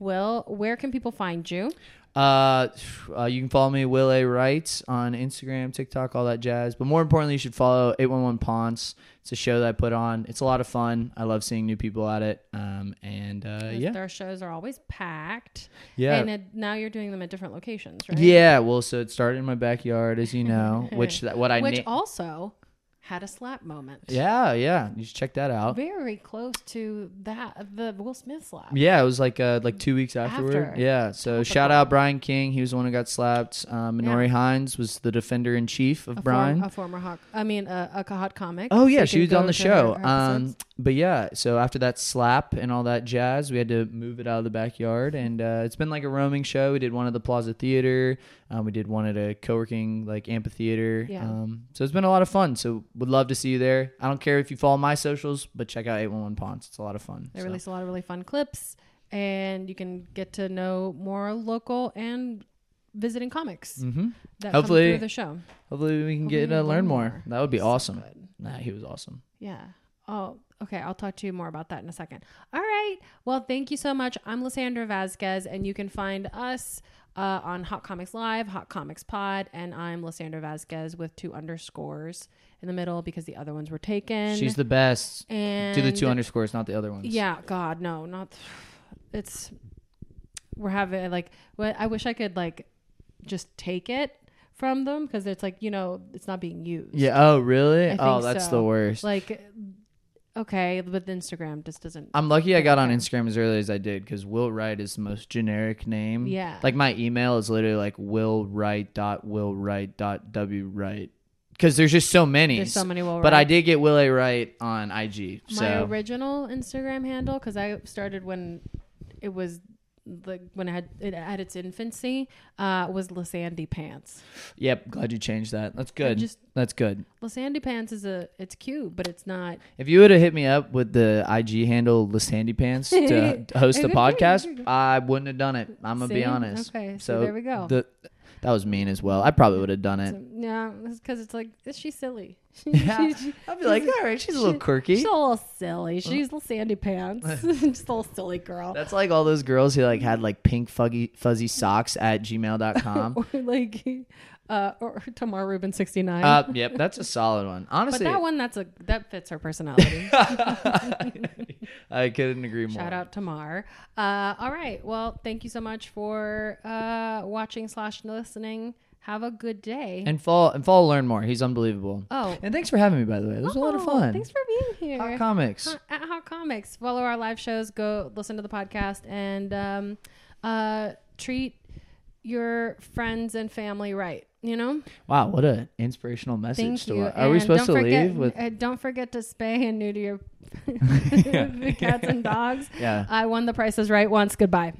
S1: Will, where can people find you?
S2: Uh, uh, you can follow me, Will A. Wright, on Instagram, TikTok, all that jazz. But more importantly, you should follow 811 Ponce. It's a show that I put on. It's a lot of fun. I love seeing new people at it. Um, and uh, yeah.
S1: Our shows are always packed.
S2: Yeah.
S1: And it, now you're doing them at different locations, right?
S2: Yeah, well, so it started in my backyard, as you know, which that what I
S1: Which
S2: na-
S1: also had a slap moment.
S2: Yeah, yeah. You should check that out.
S1: Very close to that the Will Smith slap.
S2: Yeah, it was like uh, like two weeks afterward.
S1: After.
S2: Yeah. So shout out Brian King. He was the one who got slapped. Um, Minori Hines was the defender in chief of
S1: A
S2: Brian.
S1: form- a former hawk. I mean, a, a hot comic.
S2: Oh yeah,
S1: You
S2: she
S1: can
S2: was
S1: go
S2: on the
S1: to her
S2: show. Um,
S1: episodes.
S2: but yeah, so after that slap and all that jazz, we had to move it out of the backyard, and uh, it's been like a roaming show. We did one at the Plaza Theater, um, we did one at a co-working like amphitheater.
S1: Yeah.
S2: Um, so it's been a lot of fun. So would love to see you there. I don't care if you follow my socials, but check out Eight One One Ponds. It's a lot of fun.
S1: they
S2: So-
S1: release a lot of really fun clips, and you can get to know more local and visiting comics that come
S2: Mm-hmm. Hopefully-
S1: through the show.
S2: Hopefully we can
S1: Hopefully
S2: get to
S1: you'll
S2: learn
S1: learn
S2: more.
S1: more.
S2: That would be
S1: So
S2: awesome.
S1: good.
S2: Nah, he was awesome.
S1: Yeah. Oh, okay. I'll talk to you more about that in a second. All right. Well, thank you so much. I'm Lysandra Vasquez, and you can find us uh, on Hot Comics Live, Hot Comics Pod, and I'm Lysandra Vasquez with two underscores in the middle because the other ones were taken.
S2: She's the best.
S1: and
S2: Do the two underscores, not the other ones.
S1: Yeah, God, no, not. It's we're having like. What I wish I could like just take it from them because it's like you know it's not being used.
S2: Yeah. Oh, really?
S1: I
S2: oh,
S1: think
S2: that's
S1: so.
S2: the worst.
S1: Like, okay, but Instagram just doesn't.
S2: I'm lucky I got on
S1: Okay.
S2: Instagram as early as I did because Will Wright is the most generic name.
S1: Yeah.
S2: Like my email is literally like Will Wright dot Will Wright dot W Wright because there's just so many.
S1: There's so many Will
S2: But I
S1: Wright.
S2: did get Will A Wright on IG.
S1: my
S2: So
S1: original Instagram handle because I started when it was like when I had it at its infancy uh, was Lisandy Pants.
S2: yep, glad you changed that. That's good.
S1: just-
S2: that's good.
S1: Lisandy Pants is a it's cute, but it's not.
S2: If you would have hit me up with the IG handle List Handy Pants to host the podcast, I wouldn't have done it. I'm gonna
S1: See?
S2: be honest.
S1: Okay, so there we go.
S2: the- that was mean as well. I probably would have done it.
S1: No, it's because it's like she's silly.
S2: Yeah. I'd be like, all right, she's a little quirky.
S1: She's a little silly. She's the sandy pants. Just a little silly girl.
S2: That's like all those girls who like had like pink fuggy, fuzzy socks at gmail.com.
S1: or like, uh, or Tamar Rubin sixty nine.
S2: uh, yep, that's a solid one.
S1: but
S2: Honestly,
S1: that one, that's a that fits her personality.
S2: I couldn't agree more.
S1: Shout out Tamar. Uh, all right. Well, thank you so much for uh, watching slash listening. Have a good day.
S2: And follow and follow learn more. He's unbelievable.
S1: Oh.
S2: And thanks for having me by the way. It was a lot of
S1: Oh,
S2: fun.
S1: Thanks for being here.
S2: Hot comics.
S1: Hot- at Hot Comics. Follow our live shows. Go listen to the podcast and um, uh, treat your friends and family right. You know.
S2: Wow, what an inspirational message
S1: Thank
S2: to
S1: you.
S2: Are we
S1: And
S2: supposed to
S1: don't forget,
S2: leave with
S1: uh, don't forget to spay and neuter your the cats and dogs.
S2: Yeah.
S1: I won the Price Is Right once. Goodbye.